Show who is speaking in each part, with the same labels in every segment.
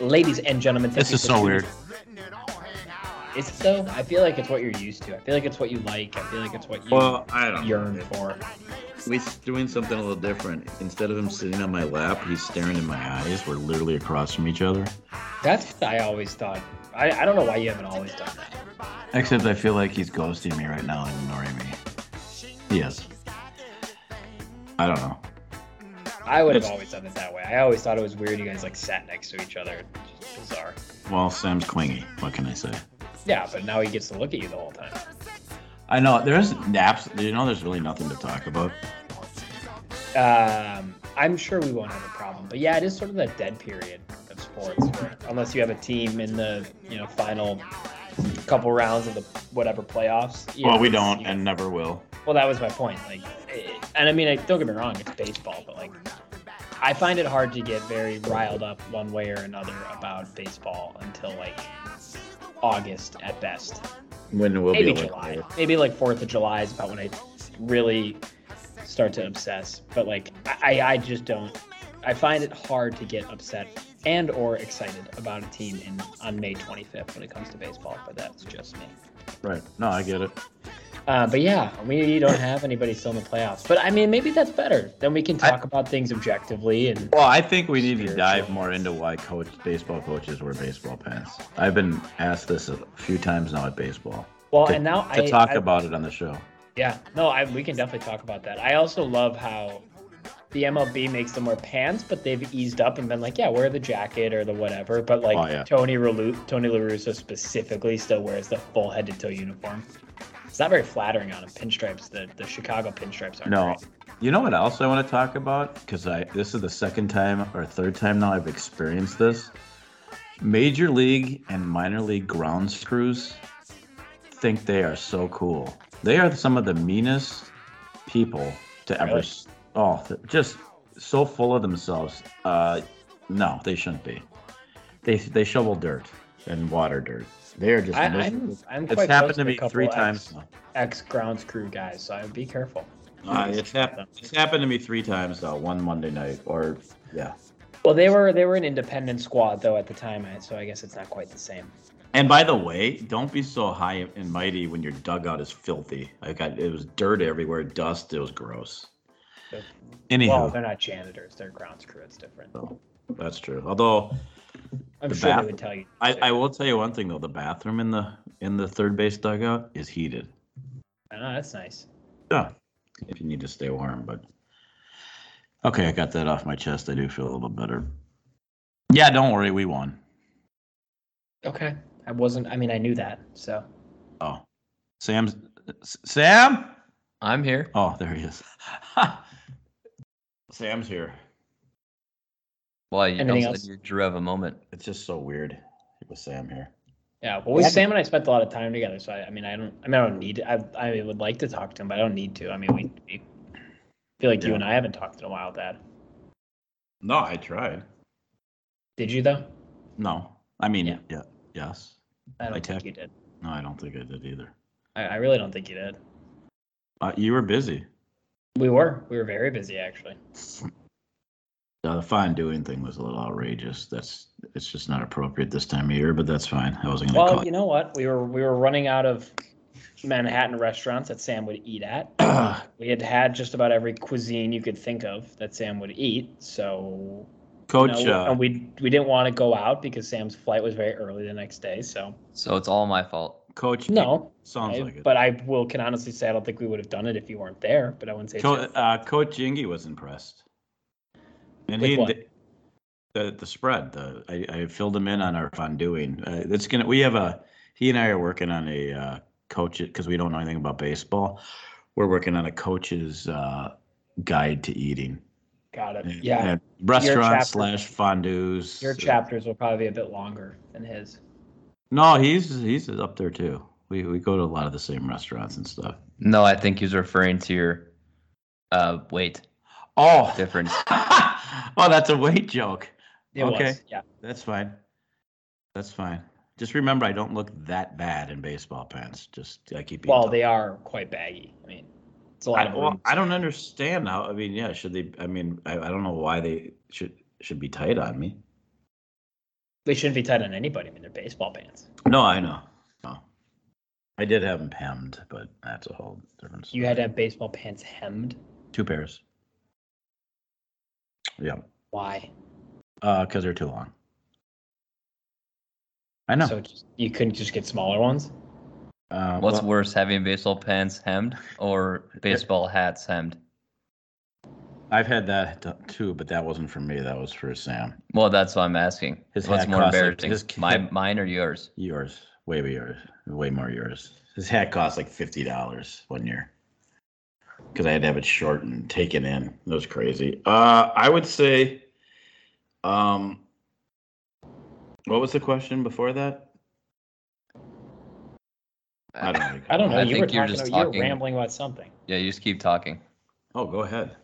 Speaker 1: ladies and gentlemen, thank
Speaker 2: This
Speaker 1: you
Speaker 2: is
Speaker 1: for
Speaker 2: so
Speaker 1: tuning-
Speaker 2: weird.
Speaker 1: Is it though? I feel like it's what you're used to. I feel like it's what you like. I feel like it's what you
Speaker 3: Well, I don't know.
Speaker 1: yearn for.
Speaker 3: We're doing something a little different. Instead of him sitting on my lap, he's staring in my eyes. We're literally across from each other.
Speaker 1: That's what I always thought. I, I don't know why you haven't always done that.
Speaker 3: Except I feel like he's ghosting me right now and ignoring me. Yes. I don't know.
Speaker 1: I would have
Speaker 3: It's-
Speaker 1: always done it that way. I always thought it was weird you guys like sat next to each other. It's just bizarre.
Speaker 3: Well, Sam's clingy. What can I say?
Speaker 1: Yeah, but now he gets to look at you the whole time.
Speaker 3: I know there's naps. You know, there's really nothing to talk about.
Speaker 1: Um, I'm sure we won't have a problem. But yeah, it is sort of that dead period of sports, where, unless you have a team in the you know final couple rounds of the whatever playoffs. you
Speaker 3: Well,
Speaker 1: know,
Speaker 3: we
Speaker 1: it's-
Speaker 3: don't
Speaker 1: you-
Speaker 3: and never will.
Speaker 1: Well, that was my point. Like, it- and I mean, I, don't get me wrong, it's baseball, but like, I find it hard to get very riled up one way or another about baseball until like August at best.
Speaker 3: When will
Speaker 1: Maybe
Speaker 3: be
Speaker 1: July. Maybe like Fourth of July is about when I really start to obsess. But like, I, I I just don't. I find it hard to get upset and or excited about a team in on May 25th when it comes to baseball. But that's just me.
Speaker 3: Right. No, I get it.
Speaker 1: Uh, but yeah, we don't have anybody still in the playoffs. But I mean, maybe that's better. Then we can
Speaker 3: I-
Speaker 1: talk about things objectively. And
Speaker 3: Well, I think we need to
Speaker 1: Spiritual.
Speaker 3: dive more into why coach baseball coaches wear baseball pants. I've been asked this a few times now at baseball
Speaker 1: well,
Speaker 3: to,
Speaker 1: and now
Speaker 3: to
Speaker 1: I
Speaker 3: talk
Speaker 1: I-
Speaker 3: about it on the show.
Speaker 1: Yeah, no, I, we can definitely talk about that. I also love how the MLB makes them wear pants, but they've eased up and been like, yeah, wear the jacket or the whatever. But like
Speaker 3: Oh, yeah.
Speaker 1: Tony Relu- Tony Larusso specifically still wears the full head to toe uniform. It's not very flattering on him. Pinstripes, the the Chicago pinstripes aren't.
Speaker 3: No,
Speaker 1: great.
Speaker 3: you know what else I want to talk about? Because I this is the second time or third time now I've experienced this. Major league and minor league ground screws think they are so cool. They are some of the meanest people to ever.
Speaker 1: Really?
Speaker 3: s Oh, th- just so full of themselves. Uh, no, they shouldn't be. They they shovel dirt and water dirt. They are just.
Speaker 1: I,
Speaker 3: miserable.
Speaker 1: I'm I'm quite
Speaker 3: it's happened
Speaker 1: close
Speaker 3: to
Speaker 1: a
Speaker 3: me
Speaker 1: couple
Speaker 3: three
Speaker 1: ex-
Speaker 3: times now.
Speaker 1: Ex grounds crew guys, so I would be careful.
Speaker 3: Uh, it's happened. It's happened to me three times though. One Monday night, or yeah.
Speaker 1: Well, they were they were an independent squad though at the time, I- so I guess it's not quite the same.
Speaker 3: And by the way, don't be so high and mighty when your dugout is filthy. I got it was dirt everywhere, dust. It was gross.
Speaker 1: Yep.
Speaker 3: Anyhow,
Speaker 1: Well, they're not janitors; they're grounds crew. It's different.
Speaker 3: so, that's true. Although
Speaker 1: I'm
Speaker 3: The
Speaker 1: sure
Speaker 3: bath-
Speaker 1: they would tell you.
Speaker 3: I, I will tell you one thing though, the bathroom in the in the third base dugout is heated.
Speaker 1: I know Oh, that's nice.
Speaker 3: Yeah, if you need to stay warm. But okay, I got that off my chest. I do feel a little better. Yeah, don't worry, we won.
Speaker 1: Okay. I wasn't. I mean, I knew that. So
Speaker 3: Oh, Sam's S- Sam.
Speaker 4: I'm here.
Speaker 3: Oh, there he is. Sam's here.
Speaker 4: Well, you
Speaker 1: Anything
Speaker 4: also
Speaker 1: else?
Speaker 4: you drew of a moment.
Speaker 3: It's just so weird with Sam here.
Speaker 1: yeah. Well, we,
Speaker 3: Yeah.
Speaker 1: Sam and I spent a lot of time together. So I, I mean, I don't. I mean, I don't need. I I would like to talk to him, but I don't need to. I mean, we, we feel like you
Speaker 3: Yeah.
Speaker 1: and I haven't talked in a while, Dad.
Speaker 3: No, I tried.
Speaker 1: Did you though?
Speaker 3: No, I mean,
Speaker 1: Yeah.
Speaker 3: yeah, yes.
Speaker 1: I don't
Speaker 3: I
Speaker 1: think
Speaker 3: text-
Speaker 1: you did.
Speaker 3: No, I don't think I did either.
Speaker 1: I, I really don't think you did.
Speaker 3: Uh, you were busy.
Speaker 1: We were. We were very busy actually.
Speaker 3: Uh, the fine doing thing was a little outrageous. That's it's just not appropriate this time of year, but that's fine. I wasn't gonna
Speaker 1: Well,
Speaker 3: call
Speaker 1: you
Speaker 3: you.
Speaker 1: know what? We were we were running out of Manhattan restaurants that Sam would eat at. We had had just about every cuisine you could think of that Sam would eat. So
Speaker 3: Coach,
Speaker 1: No,
Speaker 3: uh,
Speaker 1: and we we didn't want to go out because Sam's flight was very early the next day. So
Speaker 4: So it's all my fault.
Speaker 3: coach.
Speaker 1: no,
Speaker 3: sounds
Speaker 1: I-
Speaker 3: like it.
Speaker 1: but I will can honestly say I don't think we would have done it if you weren't there. But I wouldn't say it's
Speaker 3: Co-
Speaker 1: your-
Speaker 3: uh, Coach Jingy was impressed, and
Speaker 1: With
Speaker 3: he
Speaker 1: what?
Speaker 3: the the spread. The I, I filled him in on our fonduing. Uh, it's gonna we have a he and I are working on a uh, coach because we don't know anything about baseball. We're working on a coach's uh, guide to eating.
Speaker 1: got it.
Speaker 3: And-
Speaker 1: Yeah,
Speaker 3: and restaurants
Speaker 1: chapter-
Speaker 3: slash fondues.
Speaker 1: your chapters will probably be a bit longer than his.
Speaker 3: No, he's he's up there too. We we go to a lot of the same restaurants and stuff.
Speaker 4: No, I think he's referring to your uh, weight
Speaker 3: Oh,
Speaker 4: difference.
Speaker 3: oh, that's a weight joke.
Speaker 1: It
Speaker 3: Okay.
Speaker 1: was, yeah.
Speaker 3: That's fine. That's fine. Just remember, I don't look that bad in baseball pants. Just I keep. being
Speaker 1: Well,
Speaker 3: told.
Speaker 1: they are quite baggy. I mean, it's a lot
Speaker 3: I,
Speaker 1: of
Speaker 3: well,
Speaker 1: room.
Speaker 3: I don't understand how. I mean, yeah, should they? I mean, I, I don't know why they should should be tight on me.
Speaker 1: They shouldn't be tight on anybody. I mean, they're baseball pants.
Speaker 3: No, I know. No. I did have them hemmed, but that's a whole difference.
Speaker 1: You had to have baseball pants hemmed.
Speaker 3: two pairs. Yeah,
Speaker 1: Why?
Speaker 3: because Uh, they're too long. I know.
Speaker 1: So just, you couldn't just get smaller ones.
Speaker 3: uh,
Speaker 4: What's
Speaker 3: well,
Speaker 4: worse, having baseball pants hemmed or baseball hats hemmed?
Speaker 3: I've had that t- too, but that wasn't for me. That was for Sam.
Speaker 4: Well, that's what I'm asking.
Speaker 3: His
Speaker 4: What's
Speaker 3: hat
Speaker 4: more
Speaker 3: costs, like,
Speaker 4: embarrassing,
Speaker 3: his kid-
Speaker 4: my mine or yours?
Speaker 3: Yours, way more yours, way more yours. His hat cost like fifty dollars one year because I had to have it short and taken in. That was crazy. Uh, I would say, um, what was the question before that? I don't. Know.
Speaker 1: I don't know.
Speaker 4: I
Speaker 1: you were
Speaker 4: think
Speaker 1: talking,
Speaker 4: you're just
Speaker 1: about-
Speaker 4: talking-
Speaker 1: You were rambling about something.
Speaker 4: Yeah, you just keep talking.
Speaker 3: Oh, go ahead.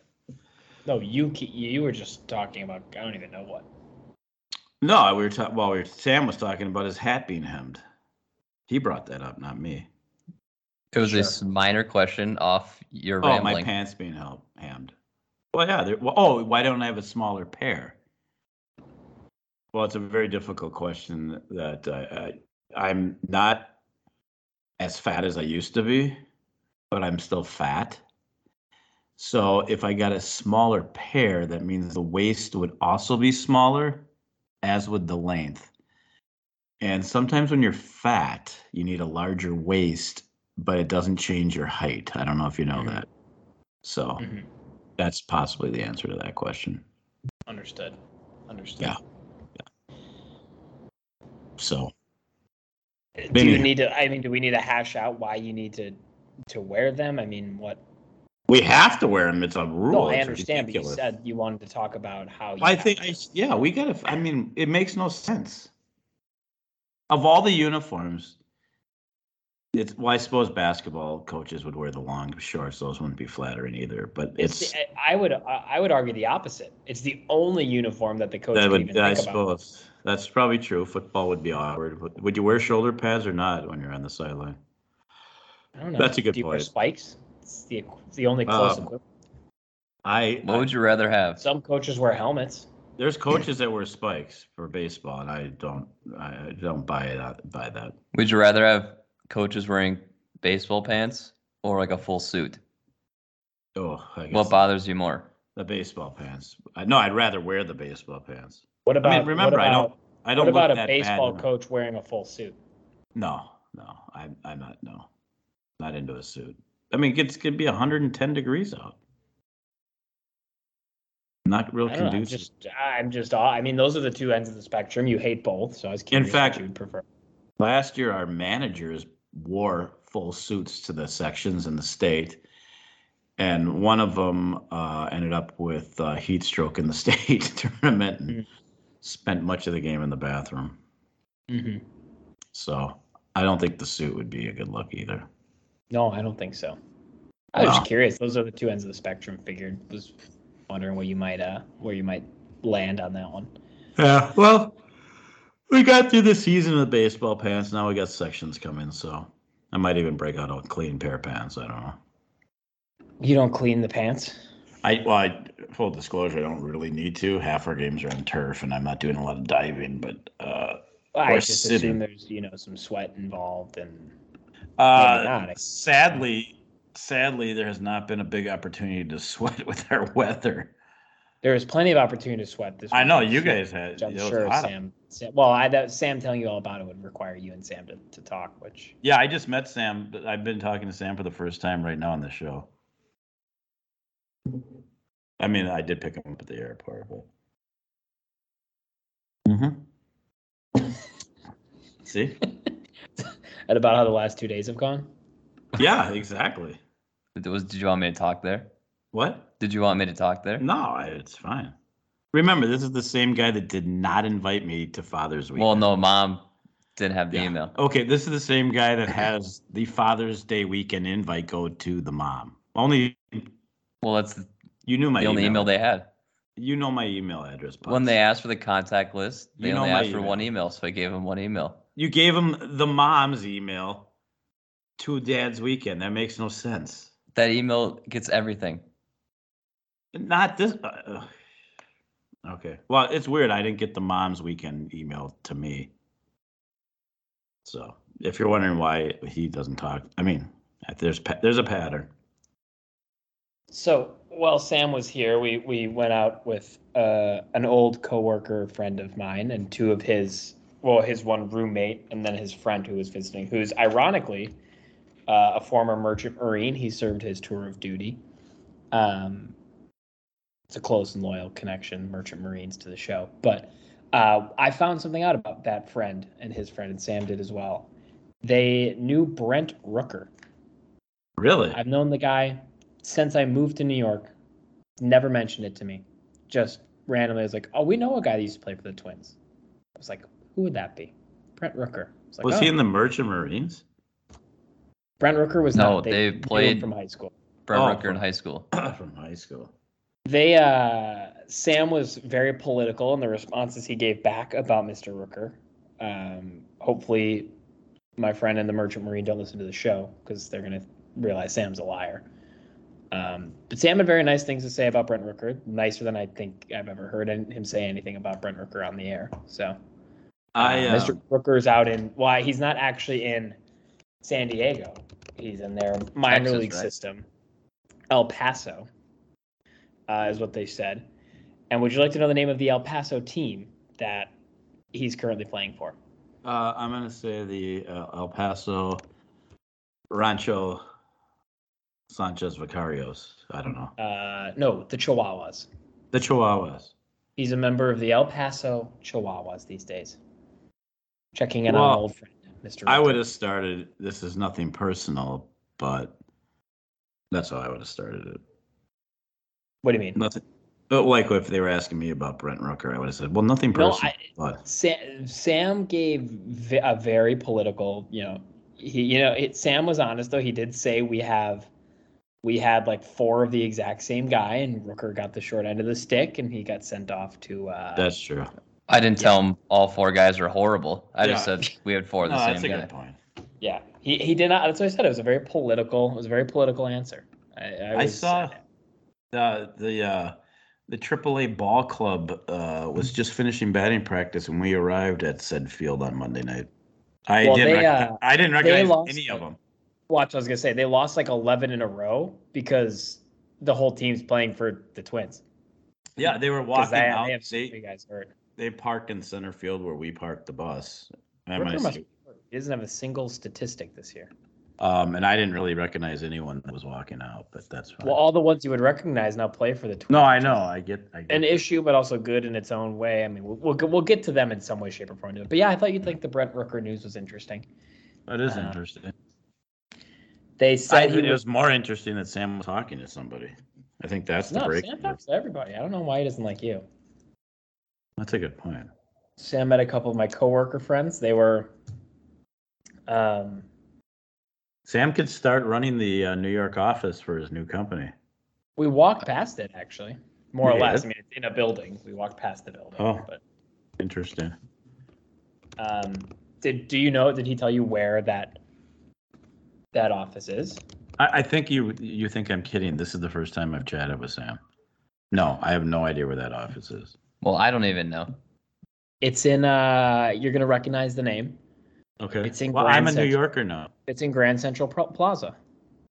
Speaker 1: No, you ke- you were just talking about. I don't even know what.
Speaker 3: No, we were talking. Well, we were, Sam was talking about his hat being hemmed. He brought that up, not me.
Speaker 4: It was a
Speaker 1: Sure.
Speaker 4: s- minor question off your
Speaker 3: Oh, my
Speaker 4: rambling.
Speaker 3: pants being held, hemmed. Well, yeah. they're- Well, oh, why don't I have a smaller pair? Well, it's a very difficult question that uh, I, I'm not as fat as I used to be, but I'm still fat. So if I got a smaller pair, that means the waist would also be smaller, as would the length. And sometimes when you're fat, you need a larger waist, but it doesn't change your height. I don't know if you know
Speaker 4: Hmm.
Speaker 1: Mhm.
Speaker 3: that. So
Speaker 1: Mhm.
Speaker 3: that's possibly the answer to that question.
Speaker 1: Understood. Understood.
Speaker 3: Yeah. So
Speaker 1: Do you
Speaker 3: Vinny.
Speaker 1: need to? I mean, do we need to hash out why you need to to wear them? I mean, what?
Speaker 3: we have to wear them. It's a rule.
Speaker 1: no, I
Speaker 3: It's
Speaker 1: understand, but you
Speaker 3: ridiculous.
Speaker 1: said you wanted to talk about how. You
Speaker 3: I
Speaker 1: have
Speaker 3: think
Speaker 1: to-
Speaker 3: I yeah, we gotta. I mean, it makes no sense. Of all the uniforms, it's well, I suppose basketball coaches would wear the long shorts. Those wouldn't be flattering either. But
Speaker 1: It's,
Speaker 3: it's,
Speaker 1: the, I I would I I would argue the opposite. It's the only uniform that the coach
Speaker 3: that
Speaker 1: can
Speaker 3: would
Speaker 1: even
Speaker 3: I
Speaker 1: think about.
Speaker 3: suppose that's probably true. Football would be awkward. Would- Would you wear shoulder pads or not when you're on the sideline?
Speaker 1: I don't know.
Speaker 3: That's a good
Speaker 1: Do you wear
Speaker 3: point.
Speaker 1: spikes? It's the it's the only close
Speaker 3: Um,
Speaker 1: equivalent.
Speaker 3: I,
Speaker 4: What would you rather have?
Speaker 1: Some coaches wear helmets.
Speaker 3: there's coaches that wear spikes for baseball, and I don't I don't buy that buy that.
Speaker 4: Would you rather have coaches wearing baseball pants or like a full suit?
Speaker 3: Oh, I guess
Speaker 4: What bothers you more?
Speaker 3: the baseball pants. I, no, I'd rather wear the baseball pants.
Speaker 1: What about?
Speaker 3: remember,
Speaker 1: what
Speaker 3: I
Speaker 1: about,
Speaker 3: don't- I don't
Speaker 1: what
Speaker 3: look
Speaker 1: about
Speaker 3: that
Speaker 1: a
Speaker 3: bad in
Speaker 1: baseball
Speaker 3: them.
Speaker 1: coach wearing a full suit?
Speaker 3: No, no, I'm I'm not no, not into a suit. I mean, it's could be 110 degrees out. Not real
Speaker 1: I don't know, I'm
Speaker 3: conducive.
Speaker 1: just I'm just I mean those are the two ends of the spectrum. You hate both, so I was curious what
Speaker 3: fact-
Speaker 1: you would prefer.
Speaker 3: Last year, our managers wore full suits to the sections in the state, and one of them uh, ended up with uh, heat stroke in the state tournament and
Speaker 1: Mm.
Speaker 3: spent much of the game in the bathroom.
Speaker 1: hmm
Speaker 3: So I don't think the suit would be a good look either.
Speaker 1: No, I don't think so. I was
Speaker 3: Wow.
Speaker 1: just curious. Those are the two ends of the spectrum. Figured was wondering where you might uh where you might land on that one.
Speaker 3: Yeah. Well, we got through the season with baseball pants. Now we got sections coming, so I might even break out a clean pair of pants. I don't know.
Speaker 1: You don't clean the pants.
Speaker 3: I well, I, full disclosure, I don't really need to. Half our games are on turf, and I'm not doing a lot of diving. But uh,
Speaker 1: I
Speaker 3: Or
Speaker 1: just
Speaker 3: sitting.
Speaker 1: assume there's you know some sweat involved and
Speaker 3: uh
Speaker 1: not.
Speaker 3: sadly, sadly, there has not been a big opportunity to sweat with our weather.
Speaker 1: there was plenty of opportunity to sweat this.
Speaker 3: I know
Speaker 1: weekend,
Speaker 3: you
Speaker 1: so-
Speaker 3: guys had.
Speaker 1: which I'm
Speaker 3: it was
Speaker 1: sure
Speaker 3: hot.
Speaker 1: Sam, Sam. Well, I that Sam telling you all about it would require you and Sam to, to talk, which
Speaker 3: Yeah, I just met Sam. but I've been talking to Sam for the first time right now on the show. I mean, I did pick him up at the airport, but. Mm-hmm.
Speaker 1: Mm-hmm.
Speaker 3: See?
Speaker 1: and about how the last two days have gone.
Speaker 3: Yeah, exactly.
Speaker 4: Did- Was, did you want me to talk there?
Speaker 3: What?
Speaker 4: Did you want me to talk there?
Speaker 3: No, I- it's fine. Remember, this is the same guy that did not invite me to Father's Week.
Speaker 4: Well, no, mom didn't have the
Speaker 3: Yeah.
Speaker 4: email.
Speaker 3: Okay, this is the same guy that has the Father's Day weekend invite go to the mom. Only
Speaker 4: Well, that's the
Speaker 3: you knew my
Speaker 4: only email they had.
Speaker 3: you know my email address.
Speaker 4: When
Speaker 3: Putz.
Speaker 4: they asked for the contact list, they
Speaker 3: You know
Speaker 4: only
Speaker 3: my
Speaker 4: asked for
Speaker 3: email.
Speaker 4: one email, so I gave them one email.
Speaker 3: You gave him the mom's email to dad's weekend. That makes no sense.
Speaker 4: That email gets everything.
Speaker 3: Not this. Uh, Okay. Well, it's weird. I didn't get the mom's weekend email to me. So if you're wondering why he doesn't talk, I mean, there's pa- there's a pattern.
Speaker 1: So while Sam was here, we we went out with uh, an old coworker friend of mine and two of his well his one roommate and then his friend who was visiting, who's ironically uh, a former merchant marine. He served his tour of duty. Um, it's a close and loyal connection, merchant marines to the show. But uh, I found something out about that friend and his friend, and Sam did as well. They knew Brent Rooker.
Speaker 3: Really?
Speaker 1: I've known the guy since I moved to New York. Never mentioned it to me. Just randomly, I was like, "Oh, we know a guy that used to play for the Twins." I was like, "Who would that be?" Brent Rooker. I Was, like,
Speaker 3: was he
Speaker 1: "Oh."
Speaker 3: in the Merchant Marines?
Speaker 1: Brent Rooker was
Speaker 4: No,
Speaker 1: not.
Speaker 4: they
Speaker 1: knew him
Speaker 4: played-
Speaker 1: from high school.
Speaker 4: Brent
Speaker 3: Oh,
Speaker 4: Rucker in
Speaker 3: fuck.
Speaker 4: high school.
Speaker 3: From high school.
Speaker 1: They uh, Sam was very political in the responses he gave back about Mr. Rooker. Um, hopefully, my friend and the Merchant Marine don't listen to the show because they're gonna realize Sam's a liar. Um, but Sam had very nice things to say about Brent Rooker, nicer than I think I've ever heard an- him say anything about Brent Rooker on the air. So
Speaker 3: I uh,
Speaker 1: Mr. Rooker's out in why he's not actually in San Diego. He's in their minor
Speaker 4: Texas,
Speaker 1: league
Speaker 4: right?
Speaker 1: system. El Paso uh, is what they said. And would you like to know the name of the El Paso team that he's currently playing for?
Speaker 3: uh, I'm gonna say the uh, El Paso Rancho Sanchez Vicarios. I don't know
Speaker 1: Uh, no, the Chihuahuas.
Speaker 3: the Chihuahuas.
Speaker 1: He's a member of the El Paso Chihuahuas these days. Checking in on
Speaker 3: Well,
Speaker 1: an old friend, Mr.
Speaker 3: I
Speaker 1: Rooker.
Speaker 3: would have started. This is nothing personal, but that's how I would have started it.
Speaker 1: What do you mean?
Speaker 3: Nothing. But like if they were asking me about Brent Rooker, I would have said, "Well, nothing
Speaker 1: No,
Speaker 3: personal." but
Speaker 1: Sam, Sam gave v- a very political, you know, he, you know, it, Sam was honest though. He did say we have, we had like four of the exact same guy, and Rooker got the short end of the stick, and he got sent off to. Uh,
Speaker 3: that's true.
Speaker 4: I didn't tell him all four guys are horrible. I just
Speaker 3: Yeah.
Speaker 4: said we had four of
Speaker 3: No,
Speaker 4: the
Speaker 3: that's a
Speaker 4: same guy.
Speaker 3: good point.
Speaker 1: yeah, he he did not. That's what I said. It was a very political. It was a very political answer. I, I,
Speaker 3: I,
Speaker 1: was, uh,
Speaker 3: saw the the uh, the AAA ball club uh, was just finishing batting practice, and we arrived at said field on Monday night. I
Speaker 1: Well,
Speaker 3: didn't.
Speaker 1: they,
Speaker 3: recognize,
Speaker 1: uh,
Speaker 3: I didn't recognize
Speaker 1: lost
Speaker 3: any of them.
Speaker 1: Watch, I was gonna say they lost like eleven in a row because the whole team's playing for the Twins.
Speaker 3: Yeah, they were
Speaker 1: 'Cause
Speaker 3: walking
Speaker 1: they,
Speaker 3: out.
Speaker 1: they
Speaker 3: They,
Speaker 1: have so many guys hurt.
Speaker 3: they parked in center field where we parked the bus. And I
Speaker 1: Rooker must
Speaker 3: see-
Speaker 1: be hurt. He doesn't have a single statistic this year.
Speaker 3: Um, and I didn't really recognize anyone that was walking out, but that's fine.
Speaker 1: Well, all the ones you would recognize now play for the Twins.
Speaker 3: no, I know. I get. I get
Speaker 1: An issue, but also good in its own way. I mean, we'll, we'll, get- we'll get to them in some way, shape, or form. But yeah, I thought you'd think the Brent Rooker news was interesting.
Speaker 3: that is
Speaker 1: uh,
Speaker 3: interesting.
Speaker 1: They
Speaker 3: I
Speaker 1: said
Speaker 3: think
Speaker 1: he
Speaker 3: it
Speaker 1: was.
Speaker 3: was more interesting that Sam was talking to somebody. I think that's the
Speaker 1: No,
Speaker 3: break.
Speaker 1: Sam talks to everybody. I don't know why he doesn't like you.
Speaker 3: That's a good point.
Speaker 1: Sam met a couple of my coworker friends. They were. Um,
Speaker 3: Sam could start running the uh, New York office for his new company.
Speaker 1: we walked past it actually, more or
Speaker 3: Yeah.
Speaker 1: less. I mean, it's in a building. We walked past the building.
Speaker 3: Oh.
Speaker 1: But
Speaker 3: Interesting.
Speaker 1: um, did do you know? Did he tell you where that that office is?
Speaker 3: I, I think you you think I'm kidding. This is the first time I've chatted with Sam. No, I have no idea where that office is.
Speaker 4: Well, I don't even know.
Speaker 1: It's in uh you're gonna recognize the name.
Speaker 3: Okay.
Speaker 1: It's in
Speaker 3: well,
Speaker 1: Grand
Speaker 3: I'm a New
Speaker 1: Central.
Speaker 3: Yorker now.
Speaker 1: It's in Grand Central Pro- Plaza.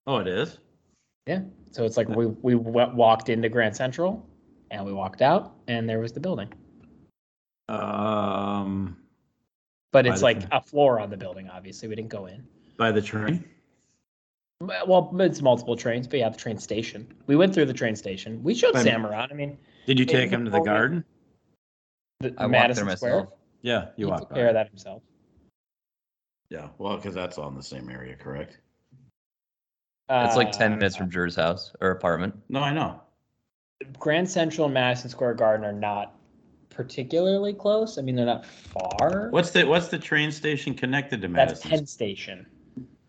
Speaker 3: Oh, it is.
Speaker 1: So it's like we we wa- walked into Grand Central and we walked out and there was the building.
Speaker 3: Um,
Speaker 1: But
Speaker 3: By
Speaker 1: it's
Speaker 3: the
Speaker 1: like
Speaker 3: train.
Speaker 1: a floor on the building obviously. We didn't go in.
Speaker 3: by the train.
Speaker 1: But- Well, it's multiple trains, but yeah, the train station. We went through the train station. We showed
Speaker 3: I'm-
Speaker 1: Sam around. I mean,
Speaker 3: Did you
Speaker 1: It-
Speaker 3: take him to the
Speaker 1: well, it-
Speaker 3: garden?
Speaker 1: the,
Speaker 4: I walked there
Speaker 1: Madison Square.
Speaker 4: myself.
Speaker 3: Yeah,
Speaker 1: he
Speaker 3: you walked
Speaker 1: took
Speaker 3: by.
Speaker 1: care of that himself.
Speaker 3: Yeah, well, because that's all in the same area, correct?
Speaker 4: It's like ten
Speaker 1: Uh,
Speaker 4: minutes from Drew's house or apartment.
Speaker 3: No, I know.
Speaker 1: Grand Central and Madison Square Garden are not particularly close. I mean, they're not far.
Speaker 3: What's the what's the train station connected to
Speaker 1: That's
Speaker 3: Madison?
Speaker 1: Penn Station.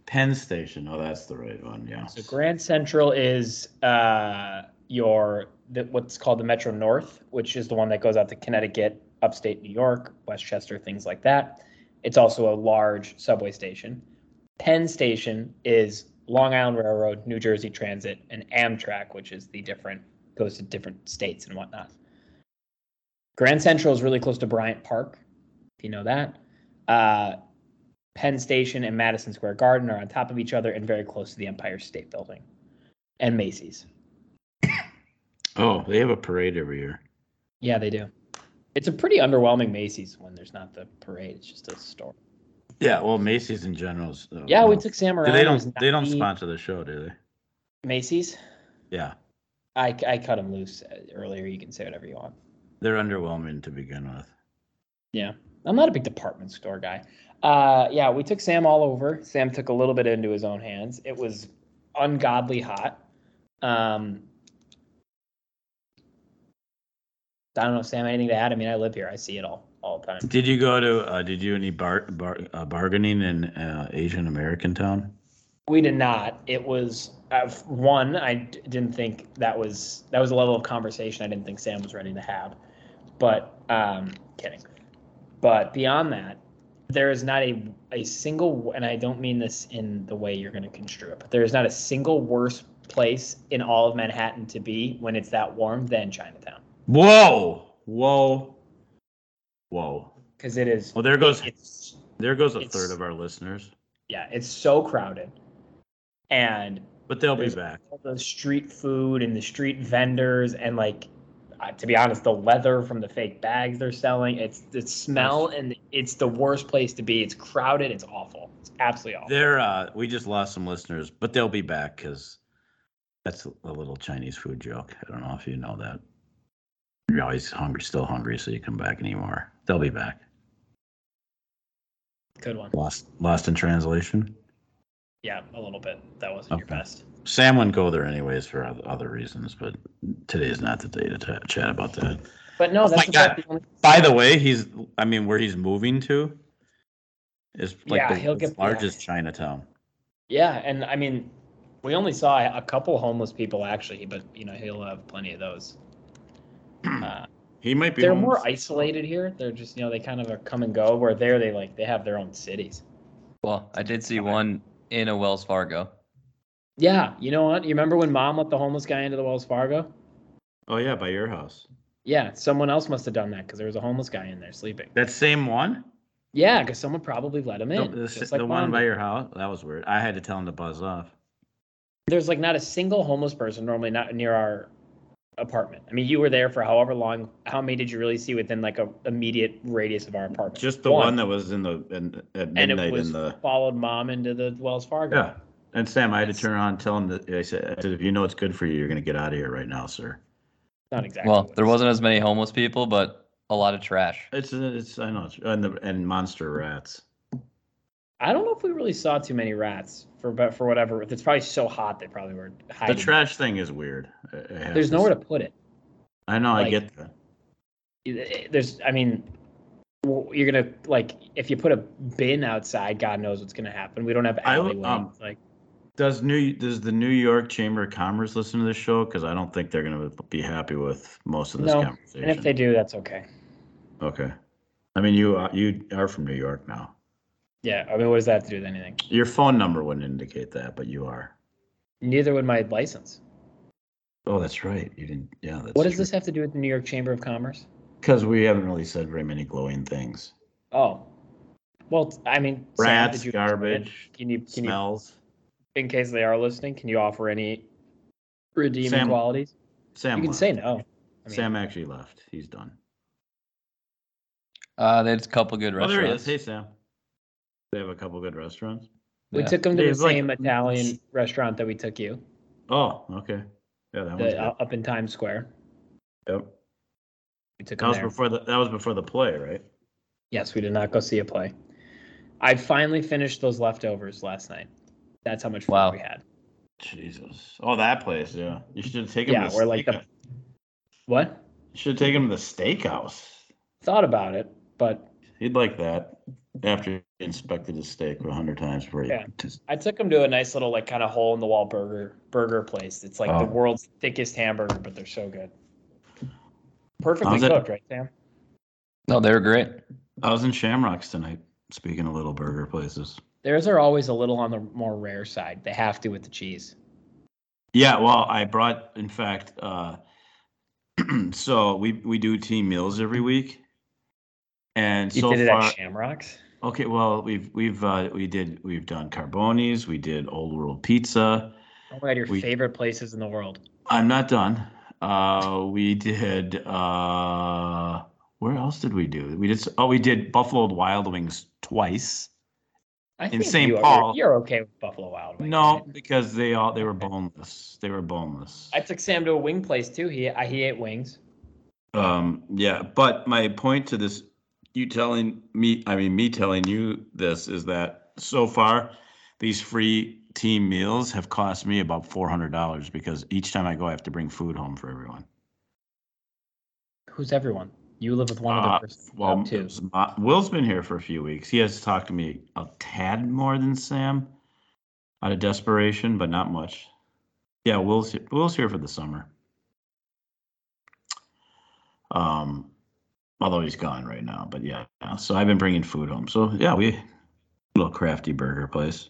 Speaker 3: Penn Station. Oh, that's the right one. Yeah.
Speaker 1: So Grand Central is uh, your the, what's called the Metro North, which is the one that goes out to Connecticut, upstate New York, Westchester, things like that. It's also a large subway station. Penn Station is Long Island Railroad, New Jersey Transit, and Amtrak, which is the different goes to different states and whatnot. Grand Central is really close to Bryant Park, if you know that. Uh, Penn Station and Madison Square Garden are on top of each other and very close to the Empire State Building and Macy's.
Speaker 3: Oh, they have a parade every year.
Speaker 1: Yeah, they do. It's a pretty underwhelming Macy's when there's not the parade. It's just a store.
Speaker 3: Yeah, well, Macy's in general. Is, uh,
Speaker 1: Yeah,
Speaker 3: well,
Speaker 1: we took Sam around.
Speaker 3: They
Speaker 1: It was
Speaker 3: don't. They don't
Speaker 1: 90
Speaker 3: sponsor the show, do they?
Speaker 1: Macy's.
Speaker 3: Yeah,
Speaker 1: I, I cut him loose uh, earlier. You can say whatever you want.
Speaker 3: they're underwhelming to begin with.
Speaker 1: Yeah. I'm not a big department store guy. Uh, yeah, we took Sam all over. Sam took a little bit into his own hands. It was ungodly hot. Um, I don't know, Sam, anything to add? I mean, I live here. I see it all, all the time.
Speaker 3: Did you go to? Uh, did you any bar, bar uh, bargaining in uh, Asian American town?
Speaker 1: We did not. It was, uh, one, I d- didn't think that was, that was a level of conversation I didn't think Sam was ready to have. But, um, kidding. But beyond that, there is not a, a single, and I don't mean this in the way you're going to construe it, but there is not a single worse place in all of Manhattan to be when it's that warm than Chinatown.
Speaker 3: Whoa! Whoa! Whoa!
Speaker 1: Because it is,
Speaker 3: Well, there goes
Speaker 1: it's,
Speaker 3: there goes a
Speaker 1: it's-
Speaker 3: third of our listeners,
Speaker 1: yeah, it's so crowded. And
Speaker 3: but they'll be
Speaker 1: There's-
Speaker 3: back.
Speaker 1: all the street food and the street vendors, and like, uh, to be honest, the leather from the fake bags they're selling, it's the smell, and it's the worst place to be. It's crowded, it's awful. It's absolutely awful.
Speaker 3: They're uh, we just lost some listeners, but they'll be back because that's a little Chinese food joke. I don't know if you know that. You're always hungry, still hungry, so you come back anymore. They'll be back.
Speaker 1: Good one.
Speaker 3: Lost, lost in translation.
Speaker 1: Yeah, a little bit. That wasn't your
Speaker 3: Okay.
Speaker 1: best.
Speaker 3: Sam wouldn't go there anyways for oth- other reasons, but today's not the day to ta chat about that.
Speaker 1: But no,
Speaker 3: Oh my
Speaker 1: that's about the only.
Speaker 3: By the way, he's I mean where he's moving to is like
Speaker 1: Yeah,
Speaker 3: the
Speaker 1: he'll get
Speaker 3: largest
Speaker 1: back.
Speaker 3: Chinatown.
Speaker 1: Yeah, and I mean, we only saw a couple homeless people actually, but you know he'll have plenty of those. Uh,
Speaker 3: He might Hmm. be
Speaker 1: they're
Speaker 3: homeless.
Speaker 1: more isolated here. They're just you know they kind of are come and go. Where there they like they have their own cities.
Speaker 4: Well, I did see one in a Wells Fargo.
Speaker 1: Yeah, you know what? You remember when mom let the homeless guy into the Wells Fargo?
Speaker 3: Oh yeah, by your house.
Speaker 1: Yeah, someone else must have done that because there was a homeless guy in there sleeping.
Speaker 3: That same one?
Speaker 1: Yeah, because someone probably let him in.
Speaker 3: the the,
Speaker 1: just
Speaker 3: the
Speaker 1: like
Speaker 3: one
Speaker 1: Mom
Speaker 3: by
Speaker 1: did.
Speaker 3: your house? That was weird. I had to tell him to buzz off.
Speaker 1: there's like not a single homeless person normally not near our apartment. I mean, you were there for however long. How many did you really see within like a immediate radius of our apartment?
Speaker 3: Just the one, that was in the in, at
Speaker 1: and
Speaker 3: midnight
Speaker 1: it was
Speaker 3: in the
Speaker 1: followed mom into the Wells Fargo.
Speaker 3: Yeah. And Sam, I had to turn around and tell him that I said, I said, if you know it's good for you, you're gonna get out of here right now, sir.
Speaker 1: Not exactly.
Speaker 4: Well,
Speaker 1: what
Speaker 4: there
Speaker 1: it
Speaker 4: wasn't as many homeless people, but a lot of trash.
Speaker 3: It's uh, it's I know it's, and the and monster rats.
Speaker 1: I don't know if we really saw too many rats for but for whatever. It's probably so hot they probably were
Speaker 3: The
Speaker 1: hiding.
Speaker 3: trash thing is weird. I- I have
Speaker 1: There's
Speaker 3: to
Speaker 1: nowhere
Speaker 3: say.
Speaker 1: to put it.
Speaker 3: I know. I
Speaker 1: like-
Speaker 3: get that.
Speaker 1: There's, I mean, w- you're gonna like if you put a bin outside, God knows what's gonna happen. We don't have
Speaker 3: I will-
Speaker 1: alleyways.
Speaker 3: um,
Speaker 1: like,
Speaker 3: Does New does the New York Chamber of Commerce listen to this show? Because I don't think they're going to be happy with most of this
Speaker 1: No, and
Speaker 3: conversation.
Speaker 1: and if they do, that's okay.
Speaker 3: okay, I mean you are- you are from New York now.
Speaker 1: Yeah, I mean, what does that have to do with anything?
Speaker 3: Your phone number wouldn't indicate that, but you are.
Speaker 1: Neither would my license.
Speaker 3: Oh, that's right. You didn't. Yeah. That's
Speaker 1: what does this have to do with the New York Chamber of Commerce?
Speaker 3: Because we haven't really said very many glowing things.
Speaker 1: Oh, well, t- I mean, Sam,
Speaker 3: Rats,
Speaker 1: did you enjoy it?
Speaker 3: garbage,
Speaker 1: Can you, can you,
Speaker 3: smells.
Speaker 1: in case they are listening, can you offer any redeeming
Speaker 3: Sam,
Speaker 1: qualities?
Speaker 3: Sam.
Speaker 1: you can
Speaker 3: left.
Speaker 1: say no. I mean,
Speaker 3: Sam actually left. He's done.
Speaker 4: Uh, they had a couple good
Speaker 3: Oh,
Speaker 4: restaurants.
Speaker 3: there he is. Hey, Sam. They have a couple good restaurants.
Speaker 1: we
Speaker 4: Yeah.
Speaker 1: took him to the
Speaker 3: They've, like-
Speaker 1: same Italian restaurant that we took you,
Speaker 3: Oh, okay. Yeah, that one's
Speaker 1: the, uh, up in Times Square.
Speaker 3: good. Yep.
Speaker 1: We took
Speaker 3: That
Speaker 1: him
Speaker 3: was
Speaker 1: there.
Speaker 3: before the that was before the play, right?
Speaker 1: Yes, we did not go see a play. I finally finished those leftovers last night. That's how much fun
Speaker 4: Wow.
Speaker 1: we had.
Speaker 3: Jesus. Oh, that place. Yeah. You should have taken.
Speaker 1: Yeah,
Speaker 3: him to
Speaker 1: we're like the.
Speaker 3: steakhouse.
Speaker 1: What?
Speaker 3: You should have taken him to the steakhouse.
Speaker 1: Thought about it, but
Speaker 3: He'd like that after he inspected his steak a hundred times before he.
Speaker 1: Yeah.
Speaker 3: just-
Speaker 1: I took him to a nice little like kind of hole in the wall burger burger place. It's like
Speaker 3: Oh.
Speaker 1: the world's thickest hamburger, but they're so good. Perfectly
Speaker 3: How's it-
Speaker 1: cooked, right, Sam?
Speaker 4: No, they were great.
Speaker 3: I was in Shamrocks tonight. Speaking of little burger places.
Speaker 1: Theirs are always a little on the more rare side. They have to with the cheese.
Speaker 3: Yeah. Well, I brought. In fact, uh, so we we do team meals every week, and
Speaker 1: You
Speaker 3: so
Speaker 1: did it
Speaker 3: far,
Speaker 1: at Shamrocks.
Speaker 3: okay. Well, we've we've uh, we did we've done Carboni's, we did Old World Pizza.
Speaker 1: Oh my god, your
Speaker 3: We-
Speaker 1: favorite places in the world.
Speaker 3: I'm not done. Uh, we did. Uh, where else did we do? We did. s- Oh, we did Buffalo Wild Wings twice.
Speaker 1: I
Speaker 3: In
Speaker 1: think
Speaker 3: St.
Speaker 1: you are-
Speaker 3: Paul.
Speaker 1: you're okay with Buffalo Wild Wings.
Speaker 3: No,
Speaker 1: right?
Speaker 3: because they all they were
Speaker 1: Okay.
Speaker 3: boneless. They were boneless.
Speaker 1: I took Sam to a wing place too. He I, he ate wings.
Speaker 3: Um, yeah, but my point to this, you telling me, I mean, me telling you this is that so far, these free team meals have cost me about four hundred dollars because each time I go, I have to bring food home for everyone.
Speaker 1: Who's everyone? You live with one
Speaker 3: Uh,
Speaker 1: other person.
Speaker 3: Well,
Speaker 1: Well, two.
Speaker 3: it's my- Will's been here for a few weeks. He has talked to me a tad more than Sam, out of desperation, but not much. Yeah, Will's Will's here for the summer. Um, although he's gone right now, but yeah. yeah. So I've been bringing food home. So yeah, we little crafty burger place.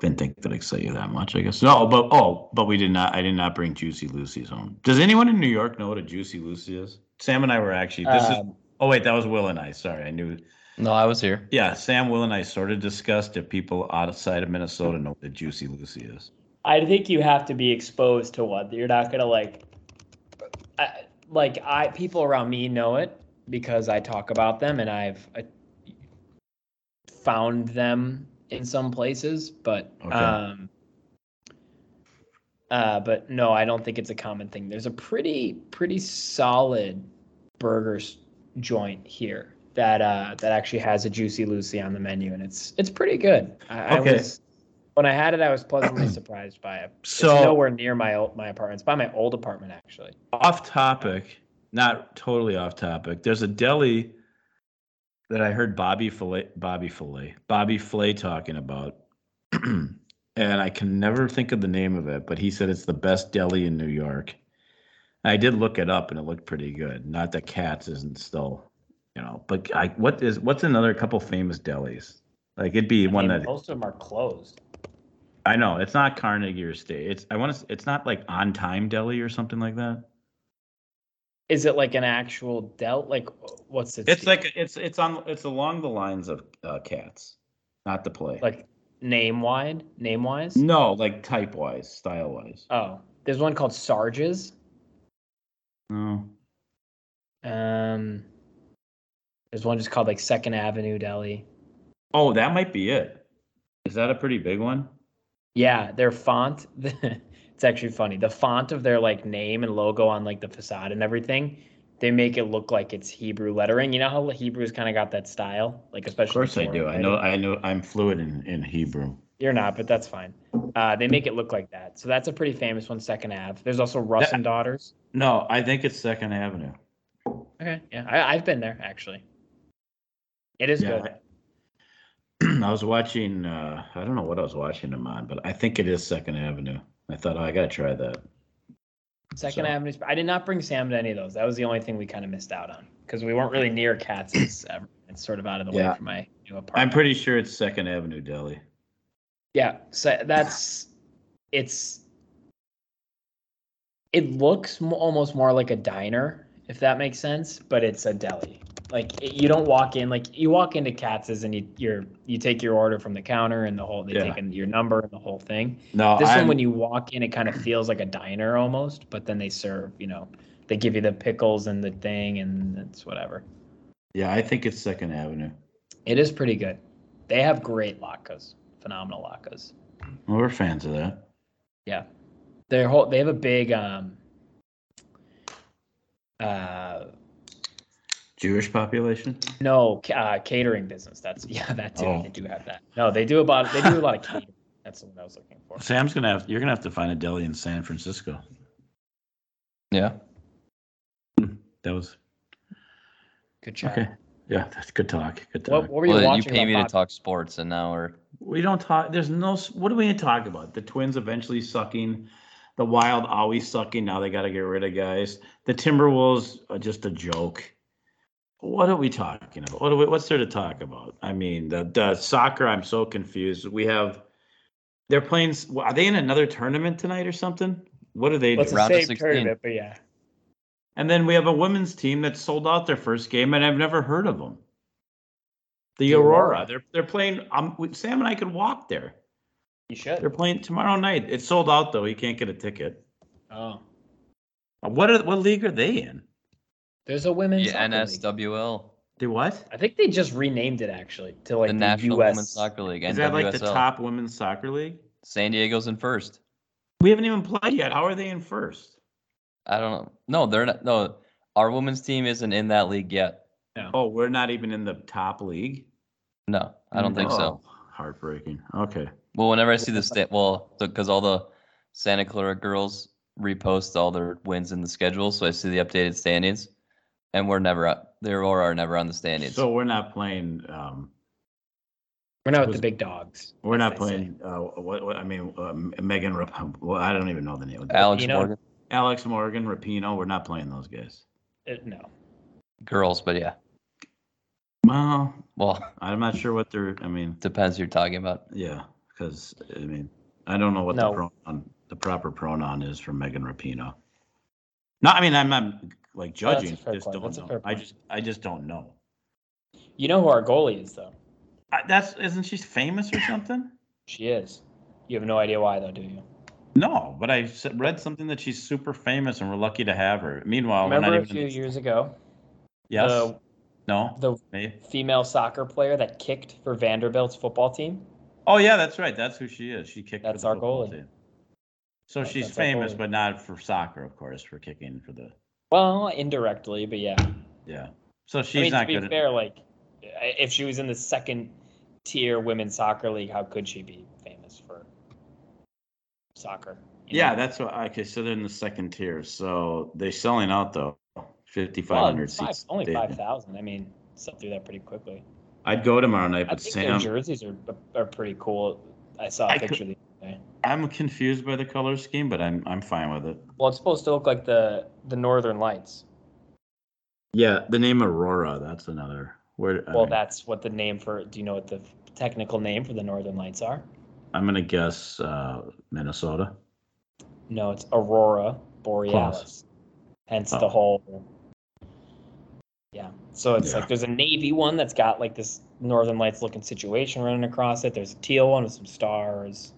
Speaker 3: Didn't think that'd excite you that much, I guess. No, but oh, but we did not. I did not bring Juicy Lucy's home. Does anyone in New York know what a Juicy Lucy is? Sam and I were actually. This is.
Speaker 1: Um,
Speaker 3: Oh wait, that was Will and I. Sorry, I knew.
Speaker 4: No, I was here.
Speaker 3: Yeah, Sam, Will, and I sort of discussed if people outside of Minnesota know what a Juicy Lucy is.
Speaker 1: I think you have to be exposed to one. You're not gonna like, I, like I people around me know it because I talk about them and I've uh, found them in some places, but
Speaker 3: Okay.
Speaker 1: um, uh, but no, I don't think it's a common thing. There's a pretty pretty solid burger s- joint here that uh that actually has a juicy Lucy on the menu, and it's it's pretty good. I,
Speaker 3: Okay.
Speaker 1: I was when I had it, I was pleasantly surprised by it.
Speaker 3: So-
Speaker 1: it's nowhere near my old, my apartment. It's by my old apartment actually.
Speaker 3: off topic, not totally off topic. There's a deli that I heard Bobby Filet, Bobby Filet, Bobby Flay talking about, and I can never think of the name of it, but he said it's the best deli in New York. I did look it up, and it looked pretty good. Not that Cats isn't still, you know, but I what is what's another couple famous delis? Like it'd be one
Speaker 1: And
Speaker 3: that
Speaker 1: most of them are closed.
Speaker 3: I know it's not Carnegie or State. It's I want to. It's not like on time deli or something like that.
Speaker 1: Is it like an actual del? Like what's it?
Speaker 3: It's
Speaker 1: stand-
Speaker 3: like it's it's on it's along the lines of uh, cats, not the play.
Speaker 1: like name wide name wise.
Speaker 3: no, like type wise, style wise.
Speaker 1: Oh, there's one called Sarge's.
Speaker 3: No,
Speaker 1: Um, there's one just called like Second Avenue Deli.
Speaker 3: oh, that might be it. Is that a pretty big one?
Speaker 1: Yeah, their font. it's actually funny. The font of their like name and logo on like the facade and everything, they make it look like it's Hebrew lettering. You know how Hebrews kind of got that style, like especially.
Speaker 3: Of course I
Speaker 1: for
Speaker 3: do. I
Speaker 1: writing?
Speaker 3: know. I know. I'm fluent in in Hebrew.
Speaker 1: You're not, but that's fine. Uh, they make it look like that. So that's a pretty famous one, Second Ave. There's also Russ
Speaker 3: That-
Speaker 1: and Daughters.
Speaker 3: No, I think it's Second Avenue.
Speaker 1: Okay, yeah, I, I've been there actually. It is good.
Speaker 3: I, I was watching. uh I don't know what I was watching them on, but I think it is Second Avenue. I thought, oh, I gotta try that.
Speaker 1: Second
Speaker 3: So-
Speaker 1: Avenue. I did not bring Sam to any of those. That was the only thing we kind of missed out on because we weren't really near Cats. It's, um, it's sort of out of the
Speaker 3: Yeah.
Speaker 1: way from my new apartment.
Speaker 3: I'm pretty sure it's Second Avenue Deli.
Speaker 1: Yeah, so that's it's it looks mo- almost more like a diner if that makes sense, but it's a deli. Like it- you don't walk in like you walk into Katz's and you you're you take your order from the counter and the whole they
Speaker 3: Yeah.
Speaker 1: take in your number and the whole thing.
Speaker 3: No,
Speaker 1: This
Speaker 3: I'm,
Speaker 1: one when you walk in it kind of feels like a diner almost, but then they serve, you know, they give you the pickles and the thing and it's whatever.
Speaker 3: yeah, I think it's Second Avenue.
Speaker 1: It is pretty good. They have great latkes, phenomenal latkes.
Speaker 3: Well, we're fans of that.
Speaker 1: their whole they have a big um uh
Speaker 3: Jewish population?
Speaker 1: no ca- uh, catering business that's yeah that too
Speaker 3: Oh.
Speaker 1: they do have that no they do about they do a lot of catering that's what i was looking for
Speaker 3: Sam's gonna have you're gonna have to find a deli in San Francisco.
Speaker 4: Yeah.
Speaker 3: That was
Speaker 1: good job
Speaker 3: okay. Yeah, that's good talk. Good talk.
Speaker 1: what, what were you
Speaker 4: Well, you
Speaker 1: watching
Speaker 4: pay me
Speaker 1: about
Speaker 4: to
Speaker 1: Bob-
Speaker 4: talk sports, and now we're
Speaker 3: we don't talk. There's no. s- What are we gonna talk about? The Twins eventually sucking. The Wild always sucking. Now they got to get rid of guys. The Timberwolves are just a joke. What are we talking about? What are we, what's there to talk about? I mean, the the soccer. I'm so confused. We have. They're playing. s- Are they in another tournament tonight or something? What do they
Speaker 1: Well, it's
Speaker 3: do?
Speaker 1: a
Speaker 4: Round of
Speaker 1: saved
Speaker 4: 16.
Speaker 1: tournament, but yeah.
Speaker 3: And then we have a women's team that sold out their first game, and I've never heard of them. The
Speaker 1: The
Speaker 3: Aurora.
Speaker 1: Aurora.
Speaker 3: They're they're playing. Um, we- Sam and I could walk there.
Speaker 1: You
Speaker 3: They're
Speaker 1: should.
Speaker 3: playing tomorrow night. It's sold out though. You can't get a ticket.
Speaker 1: Oh,
Speaker 3: Uh, What are, what league are they in?
Speaker 1: there's a women's.
Speaker 4: The
Speaker 1: soccer league.
Speaker 4: NSWL,
Speaker 3: They what?
Speaker 1: I think they just renamed it actually to like
Speaker 4: the
Speaker 1: the,
Speaker 4: National
Speaker 1: US.
Speaker 4: Women's Soccer League, NWSL.
Speaker 3: Is that like the top women's soccer league?
Speaker 4: San Diego's in first.
Speaker 3: We haven't even played yet. How are they in first?
Speaker 4: I don't know. No, they're not. No, our women's team isn't in that league yet.
Speaker 3: Oh, we're not even in the top league.
Speaker 4: No, I don't think so.
Speaker 3: Oh, Heartbreaking. Okay.
Speaker 4: Well, whenever I see the stat, well, because all the Santa Clara girls repost all their wins in the schedule, so I see the updated standings, and we're never up. The Aurora are never on the standings.
Speaker 3: So we're not playing. Um,
Speaker 1: We're not with
Speaker 3: Was-
Speaker 1: the big dogs.
Speaker 3: we're
Speaker 1: as
Speaker 3: not
Speaker 1: they say.
Speaker 3: playing. Uh, what, what? I mean, um, Megan. Rap- well, I don't even know the name. of the-
Speaker 4: Alex
Speaker 1: you know-
Speaker 4: Morgan,
Speaker 3: Alex Morgan, Rapino. We're not playing those guys.
Speaker 1: Uh, no.
Speaker 4: girls, but yeah.
Speaker 3: Well,
Speaker 4: Well,
Speaker 3: I'm not sure what they're. I mean,
Speaker 4: depends who you're talking about.
Speaker 3: yeah, because I mean, I don't know what
Speaker 1: No.
Speaker 3: the pronoun, the proper pronoun is for Megan Rapino. No, I mean, I'm not like
Speaker 1: that's a
Speaker 3: judging. I
Speaker 1: fair
Speaker 3: just
Speaker 1: point.
Speaker 3: don't
Speaker 1: That's a
Speaker 3: know.
Speaker 1: fair
Speaker 3: I
Speaker 1: point.
Speaker 3: just, I just don't know.
Speaker 1: You know who our goalie is though.
Speaker 3: I, that's isn't she famous or something?
Speaker 1: She is. You have no idea why though, do you?
Speaker 3: No, but I s- read something that she's super famous and we're lucky to have her. Meanwhile, Oh, we're
Speaker 1: Remember
Speaker 3: not
Speaker 1: a
Speaker 3: even.
Speaker 1: few
Speaker 3: in the-
Speaker 1: years ago,
Speaker 3: yes.
Speaker 1: the
Speaker 3: no.
Speaker 1: the
Speaker 3: Maybe.
Speaker 1: female soccer player that kicked for Vanderbilt's football team?
Speaker 3: Oh yeah, that's right. That's who she is. She kicked. for
Speaker 1: That's
Speaker 3: the
Speaker 1: our
Speaker 3: football
Speaker 1: goalie.
Speaker 3: team. So
Speaker 1: That-
Speaker 3: she's
Speaker 1: that's our
Speaker 3: famous,
Speaker 1: goalie.
Speaker 3: but not for soccer, of course, for kicking for the.
Speaker 1: Well, indirectly, but yeah.
Speaker 3: Yeah. So she's
Speaker 1: I mean,
Speaker 3: not
Speaker 1: to be
Speaker 3: good. at-
Speaker 1: fair, like i- if she was in the second tier women's soccer league, how could she be famous for soccer? you
Speaker 3: yeah,
Speaker 1: know?
Speaker 3: that's what. Okay, so they're in the second tier. So they're selling out though. Fifty-five
Speaker 1: well,
Speaker 3: hundred
Speaker 1: it's five,
Speaker 3: seats.
Speaker 1: only
Speaker 3: stadium.
Speaker 1: five thousand. I mean, sub through that pretty quickly.
Speaker 3: I'd go tomorrow night,
Speaker 1: I
Speaker 3: but
Speaker 1: think their
Speaker 3: Sam,
Speaker 1: jerseys are are pretty cool. I saw a
Speaker 3: I
Speaker 1: picture. of the
Speaker 3: I'm confused by the color scheme, but I'm I'm fine with it.
Speaker 1: Well, it's supposed to look like the the Northern Lights.
Speaker 3: Yeah, the name Aurora. That's another. Where? I
Speaker 1: Well,
Speaker 3: mean,
Speaker 1: that's what the name for. Do you know what the technical name for the Northern Lights are?
Speaker 3: I'm gonna guess uh, Minnesota.
Speaker 1: No, it's Aurora Borealis. Hence
Speaker 3: Oh.
Speaker 1: the whole. Yeah. So it's
Speaker 3: Yeah.
Speaker 1: like there's a navy one that's got like this northern lights looking situation running across it. There's a teal one with some stars.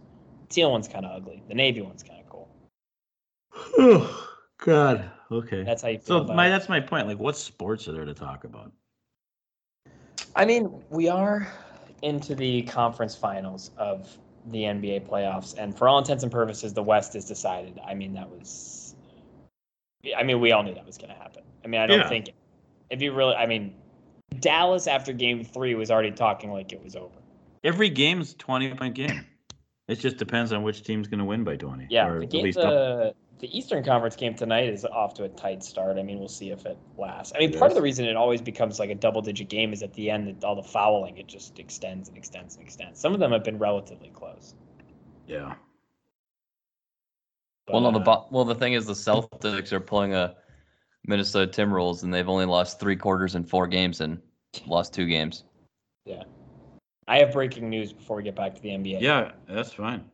Speaker 1: teal one's kind of ugly. The navy one's kind of cool.
Speaker 3: Oh God. Okay.
Speaker 1: That's how you feel
Speaker 3: so
Speaker 1: about
Speaker 3: my
Speaker 1: it.
Speaker 3: that's my point. Like, what sports are there to talk about?
Speaker 1: I mean, we are into the conference finals of the NBA playoffs, and for all intents and purposes, the West is decided. I mean, that was. I mean, we all knew that was going to happen. I mean, I don't
Speaker 3: Yeah.
Speaker 1: think if you really, I mean, Dallas after Game Three was already talking like it was over.
Speaker 3: Every game's twenty point game. It just depends on which team's gonna win by twenty.
Speaker 1: Yeah,
Speaker 3: or
Speaker 1: the,
Speaker 3: at
Speaker 1: game,
Speaker 3: least up-
Speaker 1: the, the Eastern Conference game tonight is off to a tight start. I mean, we'll see if it lasts. I mean, part of the
Speaker 3: Yes.
Speaker 1: reason it always becomes like a double digit game is at the end, that all the fouling, it just extends and extends and extends. Some of them have been relatively close.
Speaker 3: yeah.
Speaker 4: Well, no, the
Speaker 1: uh,
Speaker 4: bo- well, the thing is, the Celtics are pulling a Minnesota Timberwolves, and they've only lost three quarters in four games and lost two games.
Speaker 1: I have breaking news before we get back to the NBA.
Speaker 3: Yeah, that's fine.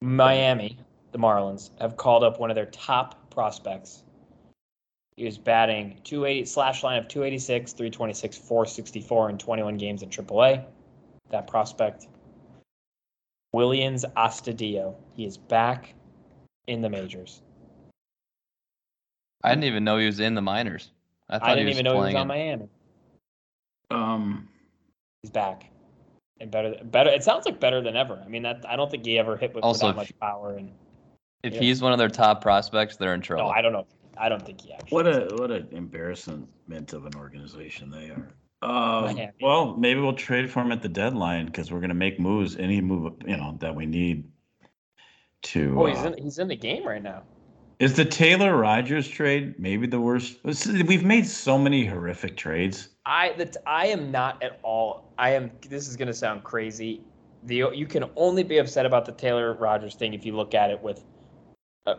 Speaker 1: Miami, the Marlins, have called up one of their top prospects. He was batting 280 slash line of 286, 326, 464 in 21 games in AAA. That prospect, Williams Astadio, he is back in the majors.
Speaker 4: I didn't even know he was in the minors. I thought
Speaker 1: I,
Speaker 4: he
Speaker 1: didn't
Speaker 4: was
Speaker 1: even know he was
Speaker 4: playing
Speaker 1: on
Speaker 4: in-
Speaker 1: Miami.
Speaker 3: Um,
Speaker 1: He's back, and better, better. It sounds like better than ever. I mean, that I don't think he ever hit with
Speaker 4: Also,
Speaker 1: that
Speaker 4: if-
Speaker 1: much power. And
Speaker 4: If
Speaker 1: Yeah.
Speaker 4: he's one of their top prospects, they're in trouble.
Speaker 1: no, I don't know. I don't think he actually.
Speaker 3: what a what an embarrassment of an organization they are. Um,
Speaker 1: Miami.
Speaker 3: well, maybe we'll trade for him at the deadline because we're gonna make moves, any move you know that we need to.
Speaker 1: Oh, he's
Speaker 3: uh,
Speaker 1: in, he's in the game right now.
Speaker 3: Is the Taylor Rogers trade maybe the worst? We've made so many horrific trades.
Speaker 1: I that I am not at all. I am. This is gonna sound crazy. The you can only be upset about the Taylor Rogers thing if you look at it with uh,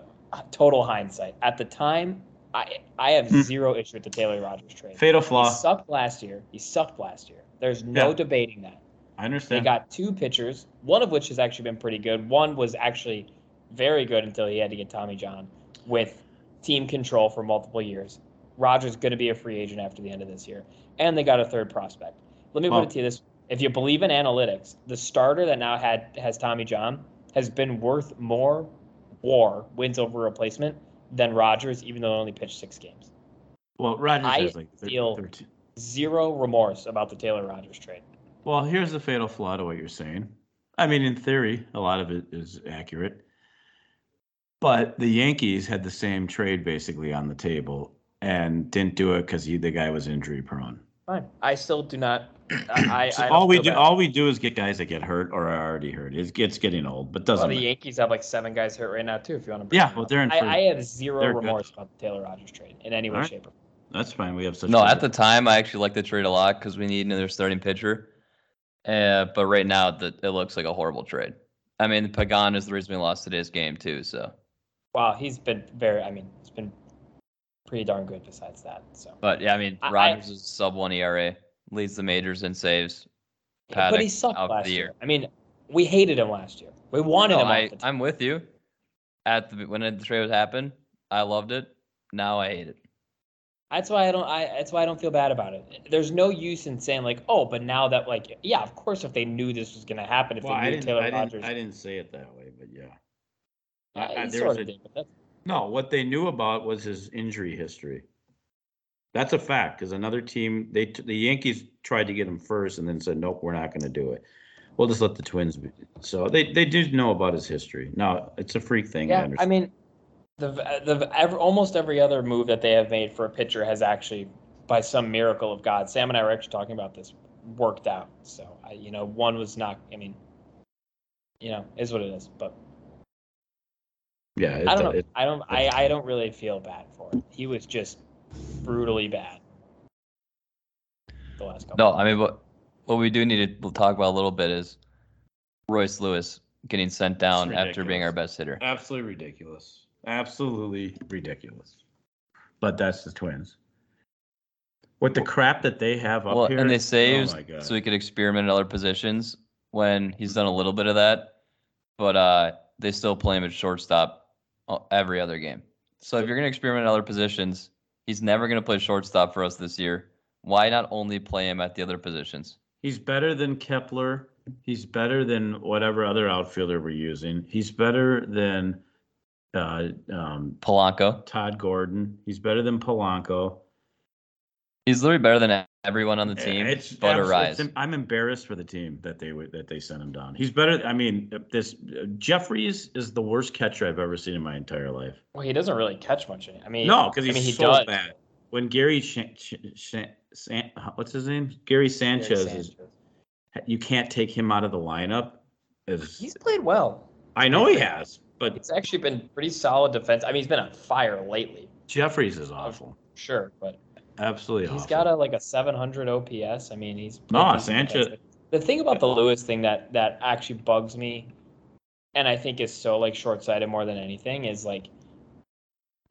Speaker 1: total hindsight. At the time, I I have
Speaker 3: Hmm.
Speaker 1: zero issue with the Taylor Rogers trade.
Speaker 3: Fatal
Speaker 1: He
Speaker 3: flaw.
Speaker 1: sucked last year. He sucked last year. There's no
Speaker 3: Yeah.
Speaker 1: debating that.
Speaker 3: I
Speaker 1: They
Speaker 3: understand.
Speaker 1: got two pitchers, one of which has actually been pretty good. One was actually very good until he had to get Tommy John with team control for multiple years. Rogers going to be a free agent after the end of this year, and they got a third prospect. Let me
Speaker 3: Well-
Speaker 1: put it to you this: if you believe in analytics, the starter that now had has Tommy John has been worth more WAR wins over replacement than Rogers, even though he only pitched six games.
Speaker 3: well, Rogers
Speaker 1: I
Speaker 3: has like thir-
Speaker 1: feel-
Speaker 3: 13.
Speaker 1: Zero remorse about the Taylor Rogers trade.
Speaker 3: Well, here's the fatal flaw to what you're saying. I mean, in theory, a lot of it is accurate. But the Yankees had the same trade basically on the table and didn't do it because the guy was injury prone.
Speaker 1: Fine. I still do not. I, I,
Speaker 3: So
Speaker 1: I don't
Speaker 3: all we
Speaker 1: feel
Speaker 3: do,
Speaker 1: bad.
Speaker 3: all we do is get guys that get hurt or are already hurt. It's, it's getting old, but
Speaker 1: Well,
Speaker 3: doesn't.
Speaker 1: the
Speaker 3: matter.
Speaker 1: Yankees have like seven guys hurt right now too. If you want to,
Speaker 3: yeah, well, they're in.
Speaker 1: I,
Speaker 3: first.
Speaker 1: I have zero
Speaker 3: they're good.
Speaker 1: remorse about the Taylor Rogers trade in any way,
Speaker 3: Alright.
Speaker 1: shape, or form.
Speaker 3: That's fine. We have such.
Speaker 4: No, at the time I actually liked the trade a lot because we need another starting pitcher. Uh, but right now the, it looks like a horrible trade. I mean, Pagan is the reason we lost today's game too. So,
Speaker 1: Wow, he's been very. I mean, it's been pretty darn good. Besides that, so.
Speaker 4: but yeah, I mean,
Speaker 1: I- I-
Speaker 4: Rogers is sub one ERA, leads the majors in saves.
Speaker 1: but he
Speaker 4: Paddock
Speaker 1: sucked
Speaker 4: out for
Speaker 1: last
Speaker 4: the
Speaker 1: year.
Speaker 4: year.
Speaker 1: I mean, we hated him last year. We wanted
Speaker 4: No,
Speaker 1: him.
Speaker 4: I,
Speaker 1: off the team.
Speaker 4: I'm with you. At the when the trade happened, I loved it. Now I hate it.
Speaker 1: That's why I don't. I that's why I don't feel bad about it. There's no use in saying like, oh, but now that like, yeah, of course, if they knew this was gonna happen, if
Speaker 3: Well,
Speaker 1: they
Speaker 3: I
Speaker 1: knew
Speaker 3: didn't,
Speaker 1: Taylor
Speaker 3: I, didn't,
Speaker 1: Rogers,
Speaker 3: I didn't say it that way, but yeah.
Speaker 1: Yeah,
Speaker 3: I- I-
Speaker 1: he
Speaker 3: there was
Speaker 1: sorta
Speaker 3: a-
Speaker 1: did, but that's-
Speaker 3: No, what they knew about was his injury history. That's a fact because another team, they t- the Yankees tried to get him first and then said, nope, we're not going to do it. We'll just let the Twins. Be. So they they did know about his history. No, it's a freak thing. I
Speaker 1: Yeah, I
Speaker 3: understand.
Speaker 1: mean, the the ever, almost every other move that they have made for a pitcher has actually, by some miracle of God, Sam and I were actually talking about this, worked out. So I, you know, one was not. I mean, you know, is what it is. But
Speaker 3: yeah, it,
Speaker 1: I don't know.
Speaker 3: it-
Speaker 1: I don't. I, I don't really feel bad for it. He was just brutally bad. The last couple.
Speaker 4: No, I mean, what what we do need to talk about a little bit is Royce Lewis getting sent down after being
Speaker 3: ridiculous.
Speaker 4: our best hitter.
Speaker 3: absolutely ridiculous. Absolutely ridiculous. But that's the Twins. With the crap that they have up
Speaker 4: Well,
Speaker 3: here.
Speaker 4: and they
Speaker 3: Oh
Speaker 4: saved
Speaker 3: my God.
Speaker 4: so he could experiment in other positions when he's done a little bit of that, but uh, they still play him at shortstop uh, every other game. So if you're going to experiment in other positions, he's never going to play shortstop for us this year. Why not only play him at the other positions?
Speaker 3: He's better than Kepler. He's better than whatever other outfielder we're using. He's better than uh, um,
Speaker 4: Polanco,
Speaker 3: Todd Gordon. He's better than Polanco.
Speaker 4: he's literally better than everyone on the team.
Speaker 3: It's
Speaker 4: but
Speaker 3: abs-
Speaker 4: Arise.
Speaker 3: it's- I'm embarrassed for the team that they would that they sent him down. He's better. I mean, this Jeffries is the worst catcher I've ever seen in my entire life.
Speaker 1: Well, he doesn't really catch much. I mean,
Speaker 3: No, because
Speaker 1: I
Speaker 3: he's
Speaker 1: mean, he
Speaker 3: so
Speaker 1: does.
Speaker 3: bad. When Gary Sh- Sh- Sh- San- what's his name? Gary
Speaker 1: Gary
Speaker 3: Sanchez, Is, you can't take him out of the lineup. Is
Speaker 1: He's played well.
Speaker 3: I know he has, but
Speaker 1: It's actually been pretty solid defense. I mean, he's been on fire lately,
Speaker 3: Jeffries is awful.
Speaker 1: sure, but
Speaker 3: Absolutely awful.
Speaker 1: He's got a like a 700 OPS. I mean, he's
Speaker 3: No,
Speaker 1: pretty
Speaker 3: Sanchez-
Speaker 1: decent. The thing about the Lewis thing that that actually bugs me, and I think is so like short sighted more than anything is like,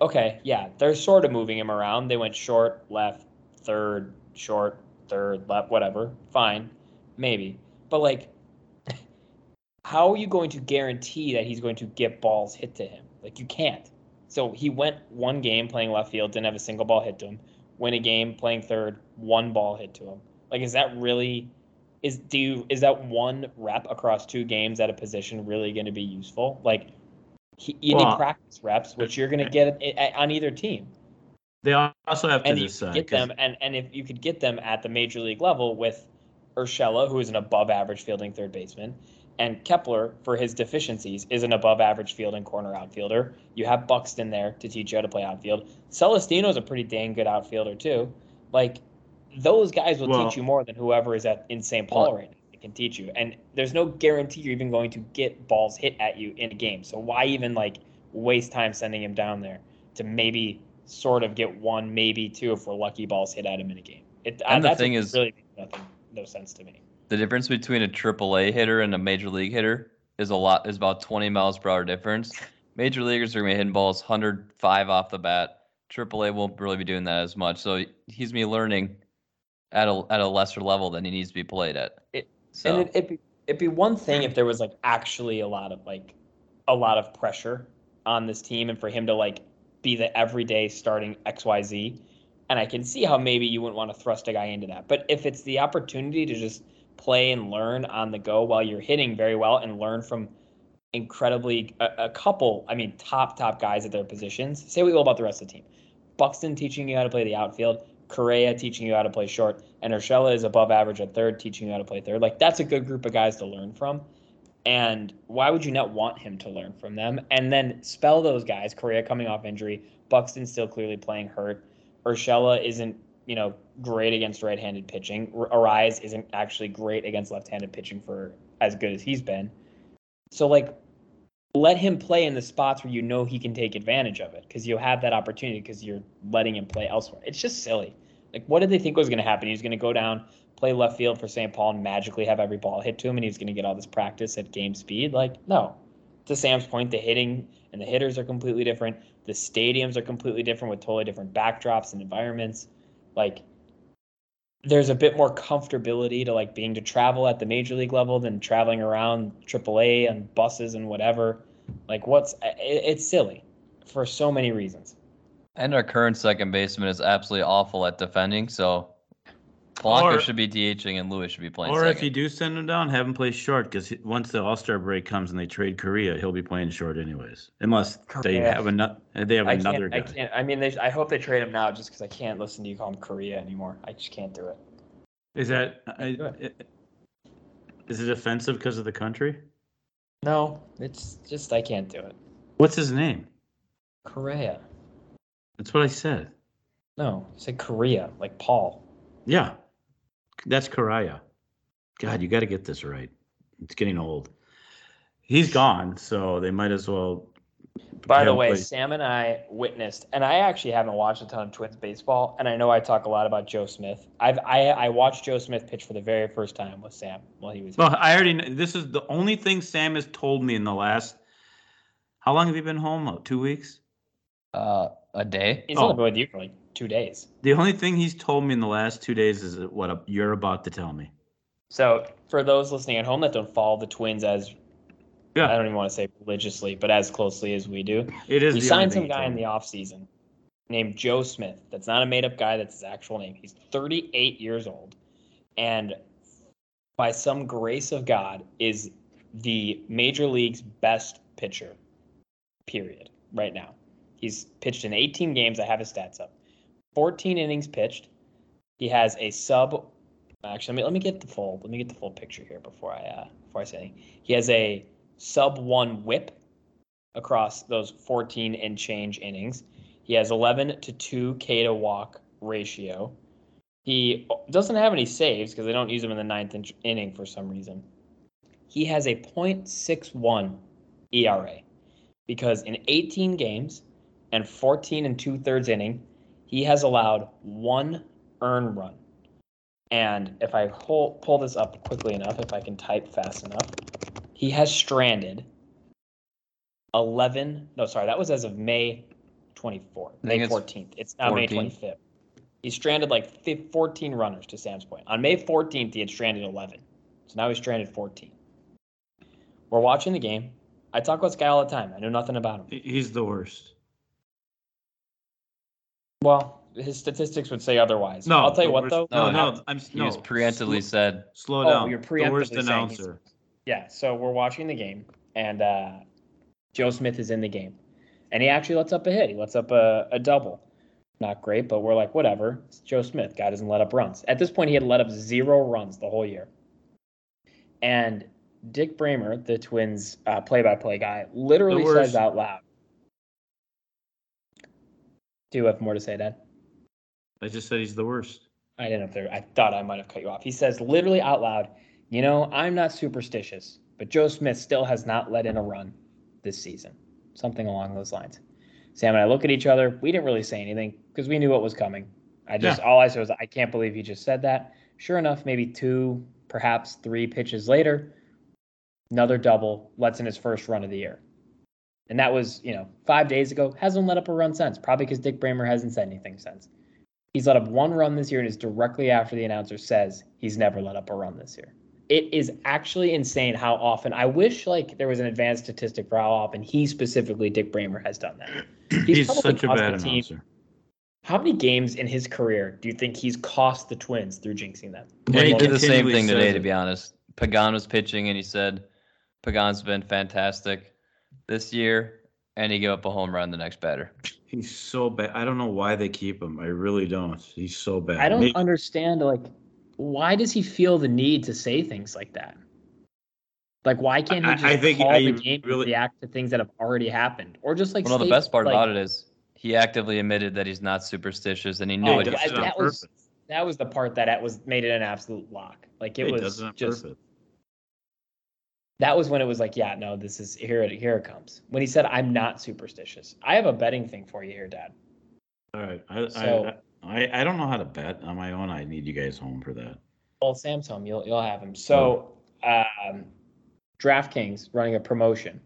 Speaker 1: okay, yeah, they're sort of moving him around. They went short, left, third, short, third, left, whatever. Fine, maybe, but like, how are you going to guarantee that he's going to get balls hit to him? Like, you can't. So he went one game playing left field, didn't have a single ball hit to him win a game playing third, one ball hit to him. Like, is that really is do you is that one rep across two games at a position really going to be useful? Like, he, you
Speaker 3: Well,
Speaker 1: need practice reps, which you're going to get it- it- on either team,
Speaker 3: they also have to
Speaker 1: and you
Speaker 3: decide.
Speaker 1: get
Speaker 3: 'cause-
Speaker 1: them, and and if you could get them at the major league level with Urshela, who is an above average fielding third baseman. And Kepler, for his deficiencies, is an above average fielding corner outfielder. You have Buxton there to teach you how to play outfield. Celestino's a pretty dang good outfielder too. Like those guys will
Speaker 3: Well-
Speaker 1: teach you more than whoever is at in St. Paul
Speaker 4: Well-
Speaker 1: right now. They can teach you, and there's no guarantee you're even going to get balls hit at you in a game. So why even like waste time sending him down there to maybe sort of get one, maybe two, if we're lucky, balls hit at him in a game. It,
Speaker 4: And the
Speaker 1: that's what
Speaker 4: thing is-
Speaker 1: really makes nothing, no sense to me.
Speaker 4: the difference between a AAA hitter and a major league hitter is a lot is about 20 miles per hour difference. Major leaguers are gonna be hitting balls 105 off the bat. AAA won't really be doing that as much. So he's gonna be learning at a at a lesser level than he needs to be played at. So
Speaker 1: And it, it'd, be, it'd be one thing if there was like actually a lot of like a lot of pressure on this team and for him to like be the everyday starting XYZ. And I can see how maybe you wouldn't want to thrust a guy into that. But if it's the opportunity to just play and learn on the go while you're hitting very well and learn from incredibly a, a couple, I mean, top, top guys at their positions, say what you will about the rest of the team. Buxton teaching you how to play the outfield, Correa teaching you how to play short, and Urshela is above average at third, teaching you how to play third. Like that's a good group of guys to learn from. And why would you not want him to learn from them? And then spell those guys. Correa coming off injury, Buxton still clearly playing hurt. Urshela isn't you know great against right-handed pitching. R- Arise isn't actually great against left-handed pitching for as good as he's been. So like let him play in the spots where you know he can take advantage of it because you'll have that opportunity because you're letting him play elsewhere. It's just silly. Like, what did they think was going to happen? He was going to go down, play left field for St. Paul, and magically have every ball hit to him, and he was going to get all this practice at game speed. Like, no. To Sam's point, the hitting and the hitters are completely different. The stadiums are completely different with totally different backdrops and environments. Like, there's a bit more comfortability to like being to travel at the major league level than traveling around AAA and buses and whatever. Like, what's it, it's silly for so many reasons.
Speaker 4: and our current second baseman is absolutely awful at defending. So Polanco
Speaker 3: Or-
Speaker 4: should be DHing and Lewis should be playing.
Speaker 3: Or
Speaker 4: second.
Speaker 3: if you do send him down, have him play short because once the All Star break comes and they trade Korea, he'll be playing short anyways. Unless they
Speaker 1: Correct.
Speaker 3: have another, they have
Speaker 1: I
Speaker 3: another
Speaker 1: can't, I
Speaker 3: guy.
Speaker 1: can't. I mean, they, I hope they trade him now just because I can't listen to you call him Korea anymore. I just can't do it.
Speaker 3: Is that I, I- is it offensive because of the country?
Speaker 1: No, it's just I can't do it.
Speaker 3: What's his name?
Speaker 1: Korea.
Speaker 3: That's what I said.
Speaker 1: No, say Korea, like Paul.
Speaker 3: Yeah, that's Karaya. God, you got to get this right. It's getting old. He's gone, so they might as well.
Speaker 1: By
Speaker 3: have
Speaker 1: the
Speaker 3: him
Speaker 1: way,
Speaker 3: play-
Speaker 1: Sam and I witnessed, and I actually haven't watched a ton of Twins baseball, and I know I talk a lot about Joe Smith. I've I, I watched Joe Smith pitch for the very first time with Sam while he was.
Speaker 3: Well, I already know. This is the only thing Sam has told me in the last. How long have you been home? Oh, Two weeks?
Speaker 4: uh, a day,
Speaker 1: He's
Speaker 3: oh.
Speaker 1: only been with you for like two days.
Speaker 3: The only thing he's told me in the last two days is what you're about to tell me.
Speaker 1: So for those listening at home that don't follow the Twins as
Speaker 3: Yeah.
Speaker 1: I don't even want to say religiously, but as closely as we do,
Speaker 3: It is.
Speaker 1: we
Speaker 3: the
Speaker 1: signed
Speaker 3: only thing
Speaker 1: some
Speaker 3: he
Speaker 1: guy
Speaker 3: told
Speaker 1: in the
Speaker 3: me.
Speaker 1: offseason named Joe Smith. That's not a made up guy, that's his actual name. He's 38 years old. And by some grace of God, is the major league's best pitcher, period, right now. He's pitched in 18 games. I have his stats up. 14 innings pitched. He has a sub. Actually, let me, let me get the full. Let me get the full picture here before I uh, before I say anything. He has a sub one WHIP across those 14 and change innings. He has 11 to 2 K to walk ratio. He doesn't have any saves because they don't use him in the ninth in- inning for some reason. He has a 0.61 ERA E because in 18 games and 14 and two thirds inning, he has allowed one earned run. And if I pull, pull this up quickly enough, if I can type fast enough, he has stranded 11 no sorry that was as of may 24th
Speaker 4: I think
Speaker 1: may
Speaker 4: it's
Speaker 1: 14th it's now Uh, may
Speaker 4: 14.
Speaker 1: 25th he stranded like fif- 14 runners to sam's point on may 14th he had stranded 11 so now he's stranded 14 we're watching the game i talk about this guy all the time i know nothing about him
Speaker 3: He's the worst.
Speaker 1: well his statistics would say otherwise
Speaker 3: No,
Speaker 1: i'll tell you
Speaker 3: the
Speaker 1: what
Speaker 3: worst-
Speaker 1: though
Speaker 3: No,
Speaker 4: No,
Speaker 3: no, I'm
Speaker 4: he
Speaker 3: no.
Speaker 4: was preemptively
Speaker 3: Sl-
Speaker 4: said
Speaker 3: Slow
Speaker 1: Oh,
Speaker 3: down.
Speaker 1: you're
Speaker 3: the worst
Speaker 1: preemptively saying he's-
Speaker 3: announcer.
Speaker 1: Yeah, so we're watching the game, and uh, Joe Smith is in the game, and he actually lets up a hit. He lets up a, a double. Not great, but we're like, whatever. It's Joe Smith. Guy doesn't let up runs. At this point, he had let up zero runs the whole year. And Dick Bramer, the Twins uh, play-by-play guy, literally
Speaker 3: The worst.
Speaker 1: says out loud. Do you have more to say, Dad?
Speaker 3: I just said he's the worst.
Speaker 1: I didn't know if there. I thought I might have cut you off. He says literally out loud, "You know, I'm not superstitious, but Joe Smith still has not let in a run this season." Something along those lines. Sam and I look at each other. We didn't really say anything because we knew what was coming. I just all I said was, "I can't believe he just said that." Sure enough, maybe two, perhaps three pitches later, another double lets in his first run of the year. And that was, you know, five days ago. Hasn't let up a run since. Probably because Dick Bramer hasn't said anything since. He's let up one run this year, and it's directly after the announcer says he's never let up a run this year. it is actually insane how often I wish like there was an advanced statistic for how often he specifically Dick Bramer has done that.
Speaker 3: He's,
Speaker 1: probably
Speaker 3: such a
Speaker 1: cost
Speaker 3: bad
Speaker 1: the team-
Speaker 3: announcer.
Speaker 1: How many games in his career do you think he's cost the Twins through jinxing them?
Speaker 4: And he
Speaker 3: Well,
Speaker 4: did the same
Speaker 3: continually
Speaker 4: thing
Speaker 3: says
Speaker 4: today,
Speaker 3: it.
Speaker 4: to be honest. Pagan was pitching, and he said, Pagan's been fantastic this year, and he gave up a home run the next batter.
Speaker 3: He's so bad. I don't know why they keep him. I really don't. He's so bad.
Speaker 1: I don't
Speaker 3: Maybe-
Speaker 1: understand like why does he feel the need to say things like that? Like why can't he
Speaker 3: I-
Speaker 1: just
Speaker 3: I think
Speaker 1: call
Speaker 3: I
Speaker 1: the game
Speaker 3: really-
Speaker 1: and react to things that have already happened? Or just like
Speaker 4: Well, no, the
Speaker 1: state-
Speaker 4: best part
Speaker 1: like,
Speaker 4: about it is he actively admitted that he's not superstitious, and he knew
Speaker 1: Oh,
Speaker 4: it.
Speaker 1: yeah,
Speaker 3: does it on
Speaker 1: that was-
Speaker 3: purpose.
Speaker 1: that was the part that it was made it an absolute lock. Like it
Speaker 3: He
Speaker 1: was
Speaker 3: does it on
Speaker 1: just
Speaker 3: purpose.
Speaker 1: that was when it was like, yeah, no, this is here it here it comes. When he said, I'm not superstitious. I have a betting thing for you here, Dad.
Speaker 3: All right. I,
Speaker 1: So-
Speaker 3: I, I I don't know how to bet on my own. I need you guys home for that.
Speaker 1: Well, Sam's home, you'll you'll have him. So um DraftKings running a promotion.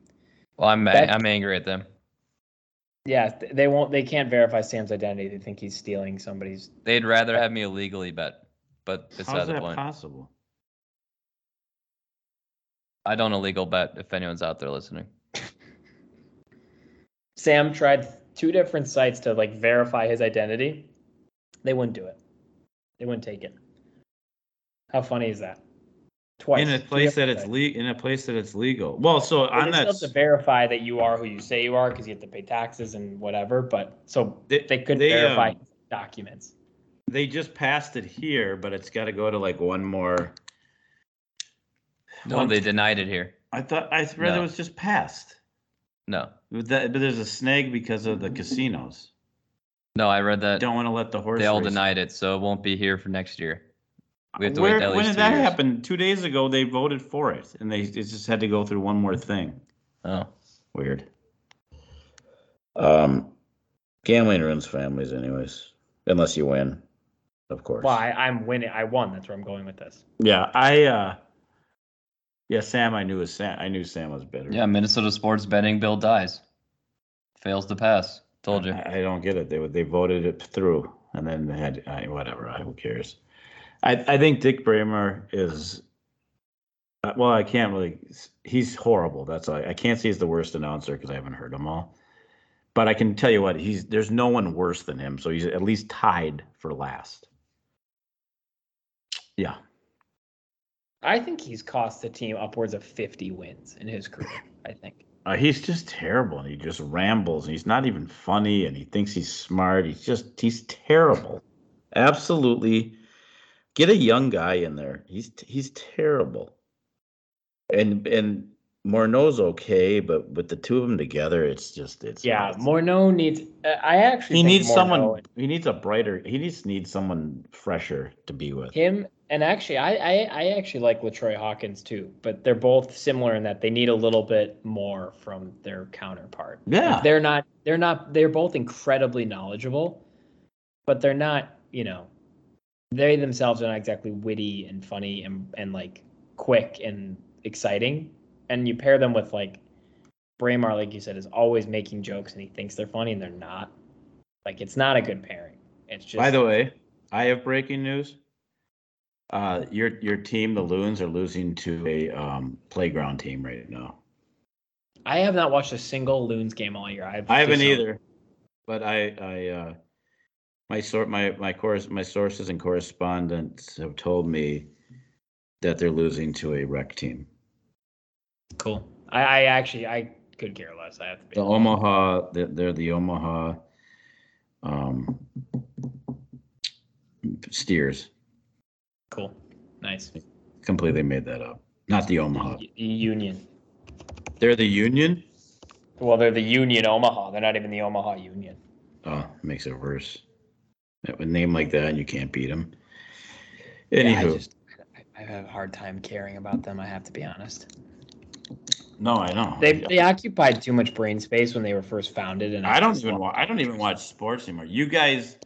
Speaker 4: Well, I'm,
Speaker 1: That-
Speaker 4: I'm angry at them.
Speaker 1: Yeah, th- they won't they can't verify Sam's identity. They think he's stealing somebody's
Speaker 4: They'd rather have me illegally bet, but it's
Speaker 3: How's
Speaker 4: not the
Speaker 3: that
Speaker 4: point.
Speaker 3: possible?
Speaker 4: I don't illegal bet if anyone's out there listening.
Speaker 1: Sam tried two different sites to like verify his identity. They wouldn't do it. They wouldn't take it. How funny is that? Twice.
Speaker 3: In a
Speaker 1: two
Speaker 3: place that
Speaker 1: different
Speaker 3: it's
Speaker 1: sites.
Speaker 3: le- in a place that it's legal. Well, so
Speaker 1: Well,
Speaker 3: on
Speaker 1: they
Speaker 3: that
Speaker 1: still have to verify that you are who you say you are because you have to pay taxes and whatever. But so
Speaker 3: They-
Speaker 1: they, could
Speaker 3: they,
Speaker 1: verify
Speaker 3: um,
Speaker 1: documents.
Speaker 3: they just passed it here, but it's got to go to like one more.
Speaker 4: No,
Speaker 3: One-
Speaker 4: they denied it here.
Speaker 3: I thought I read
Speaker 4: No.
Speaker 3: it was just passed.
Speaker 4: No,
Speaker 3: But that- but there's a snag because of the casinos.
Speaker 4: no, I read that
Speaker 3: Don't want to let the horse.
Speaker 4: they all
Speaker 3: race-
Speaker 4: denied it, so it won't be here for next year. We have to
Speaker 3: Where,
Speaker 4: wait at
Speaker 3: when
Speaker 4: least
Speaker 3: did
Speaker 4: two
Speaker 3: that
Speaker 4: years.
Speaker 3: happen? Two days ago, they voted for it, and they it just had to go through one more thing.
Speaker 4: Oh,
Speaker 3: Weird. Um, gambling ruins families, anyways, unless you win, of course.
Speaker 1: Well, I, I'm winning. I won. That's where I'm going with this.
Speaker 3: Yeah, I. uh Yeah, Sam. I knew was Sam. I knew Sam was better.
Speaker 4: yeah, Minnesota sports betting bill dies, fails to pass. Told you.
Speaker 3: I, I don't get it. They would- they voted it through, and then they had I, whatever. I, who cares? I I think Dick Bramer is. uh, Well, I can't really. He's horrible. That's all. I can't say he's the worst announcer because I haven't heard them all. But I can tell you what he's. There's no one worse than him, so he's at least tied for last. Yeah,
Speaker 1: I think he's cost the team upwards of 50 wins in his career. I think.
Speaker 3: uh, he's just terrible, and he just rambles, and he's not even funny, and he thinks he's smart. He's just he's terrible. Absolutely, get a young guy in there. He's he's terrible. And and Morneau's okay, but with the two of them together, it's just it's
Speaker 1: Yeah,
Speaker 3: it's-
Speaker 1: Morneau needs. Uh, I actually
Speaker 3: he
Speaker 1: think
Speaker 3: needs someone.
Speaker 1: Morneau-
Speaker 3: He needs a brighter. He needs needs someone fresher to be with.
Speaker 1: Him and actually, I, I I actually like Latroy Hawkins too, but they're both similar in that they need a little bit more from their counterpart. Like,
Speaker 3: Yeah.
Speaker 1: they're not. They're not. They're both incredibly knowledgeable, but they're not. You know, they themselves are not exactly witty and funny and and like quick and exciting. And you pair them with like Braemar, like you said, is always making jokes and he thinks they're funny and they're not. Like it's not a good pairing. It's just
Speaker 3: By the way, I have breaking news. Uh, your your team, the Loons, are losing to a um, playground team right now.
Speaker 1: I have not watched a single Loons game all year. I've
Speaker 3: I haven't
Speaker 1: just-
Speaker 3: either, but I I uh, my sort my my course my sources and correspondents have told me that they're losing to a rec team.
Speaker 1: Cool. I, I actually I could care less. I have to be.
Speaker 3: The Omaha, they're, they're the Omaha um, Steers.
Speaker 1: Cool. Nice.
Speaker 3: Completely made that up. Not the Omaha.
Speaker 1: U- union.
Speaker 3: They're the Union.
Speaker 1: Well, they're the Union Omaha. They're not even the Omaha Union.
Speaker 3: Oh, makes it worse. A name like that, you can't beat him.
Speaker 1: I
Speaker 3: Anywho,
Speaker 1: just I, I have a hard time caring about them. I have to be honest.
Speaker 3: no, I know.
Speaker 1: They they occupied too much brain space when they were first founded, and
Speaker 3: I don't
Speaker 1: just
Speaker 3: even
Speaker 1: want-
Speaker 3: watch. I don't even watch sports anymore. You guys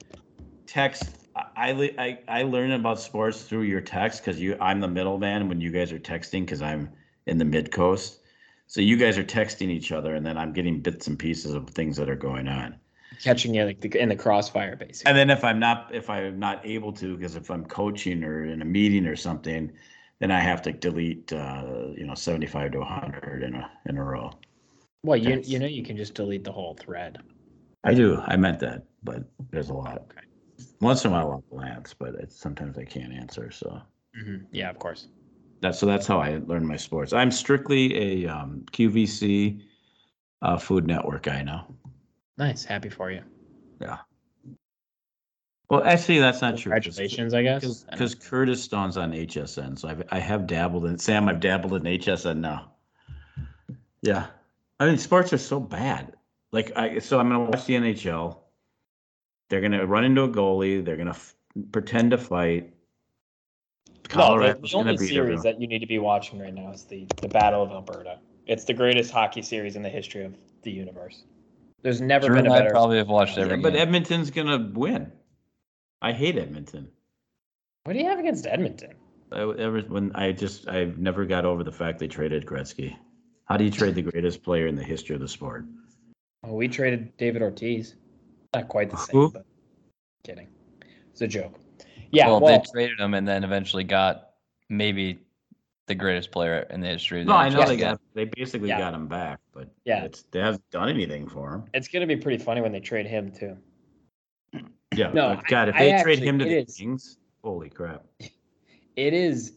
Speaker 3: text. I I le- I, I learn about sports through your text because you. I'm the middleman when you guys are texting because I'm in the mid coast. So you guys are texting each other, and then I'm getting bits and pieces of things that are going on.
Speaker 1: catching it like the, in the crossfire, basically.
Speaker 3: And then if I'm not if I'm not able to because if I'm coaching or in a meeting or something, then I have to delete uh, you know 75 to 100 in a in a row.
Speaker 1: Well, you
Speaker 3: That's-
Speaker 1: you know you can just delete the whole thread.
Speaker 5: I do. I meant that, but
Speaker 3: There's a lot.
Speaker 1: Oh, Okay.
Speaker 3: Once in a while I'll glance, but it's, sometimes I can't answer. So
Speaker 1: Mhm. Yeah, of course.
Speaker 3: that's so that's how I learn my sports. I'm strictly a um, QVC uh, Food Network guy now.
Speaker 1: Nice. Happy for you.
Speaker 5: well, actually, that's not true. 'cause-
Speaker 1: Congratulations, I guess. I don't-
Speaker 3: Because Curtis Stone's on HSN, so I've, I have dabbled in Sam. I've dabbled in HSN now. Yeah, I mean sports are so bad. Like I, so I'm gonna watch the NHL. They're gonna run into a goalie. They're gonna f- pretend to fight.
Speaker 1: Well, the,
Speaker 3: Colorado's
Speaker 1: the only
Speaker 3: beat
Speaker 1: series
Speaker 3: everyone.
Speaker 1: that you need to be watching right now is the, the Battle of Alberta. It's the greatest hockey series in the history of the universe. There's never
Speaker 4: Drew
Speaker 1: been
Speaker 4: and
Speaker 1: a
Speaker 4: I
Speaker 1: better.
Speaker 4: probably have watched
Speaker 3: Yeah,
Speaker 4: every
Speaker 3: but
Speaker 4: game.
Speaker 3: Edmonton's gonna win. I hate Edmonton.
Speaker 1: What do you have against Edmonton?
Speaker 3: I, ever when I just I've never got over the fact they traded Gretzky. How do you trade the greatest player in the history of the sport?
Speaker 1: Well, Oh, we traded David Ortiz. Not quite the same,
Speaker 5: Who?
Speaker 1: but kidding. It's a joke. Yeah, well,
Speaker 4: well, they traded him and then eventually got maybe the greatest player in the history. Of the
Speaker 3: No, I know
Speaker 4: NHL
Speaker 3: they
Speaker 4: again.
Speaker 3: got they basically
Speaker 1: Yeah.
Speaker 3: got him back, but
Speaker 1: Yeah.
Speaker 3: it's, they haven't done anything for him.
Speaker 1: it's gonna be pretty funny when they trade him too.
Speaker 3: Yeah,
Speaker 1: No,
Speaker 3: but God, if
Speaker 1: I-
Speaker 3: they
Speaker 1: I
Speaker 3: trade
Speaker 1: actually-
Speaker 3: him to
Speaker 1: it
Speaker 3: the
Speaker 1: is-
Speaker 3: Kings, holy crap!
Speaker 1: It is.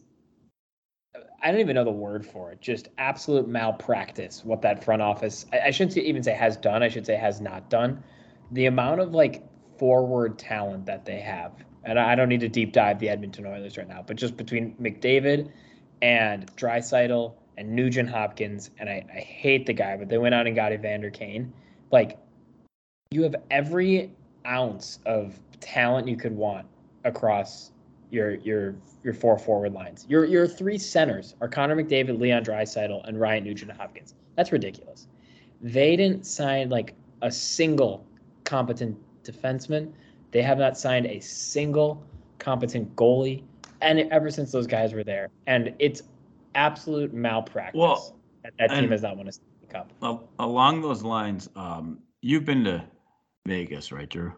Speaker 1: I don't even know the word for it. Just absolute malpractice. What that front office, I, I shouldn't say- even say has done. I should say has not done. The amount of like forward talent that they have, and I I don't need to deep dive the Edmonton Oilers right now, but just between McDavid and Drysital and Nugent Hopkins, and I, I hate the guy, but they went out and got Evander Kane. Like, you have every ounce of talent you could want across your your your four forward lines. Your your three centers are Connor McDavid, Leon Draisaitl, and Ryan Nugent-Hopkins. That's ridiculous. They didn't sign like a single competent defenseman. They have not signed a single competent goalie, and ever since those guys were there, and it's absolute malpractice.
Speaker 3: Well,
Speaker 1: that, that team
Speaker 3: and-
Speaker 1: has not won a Stanley Cup.
Speaker 3: Well, along those lines, um, you've been to Vegas, right, Drew?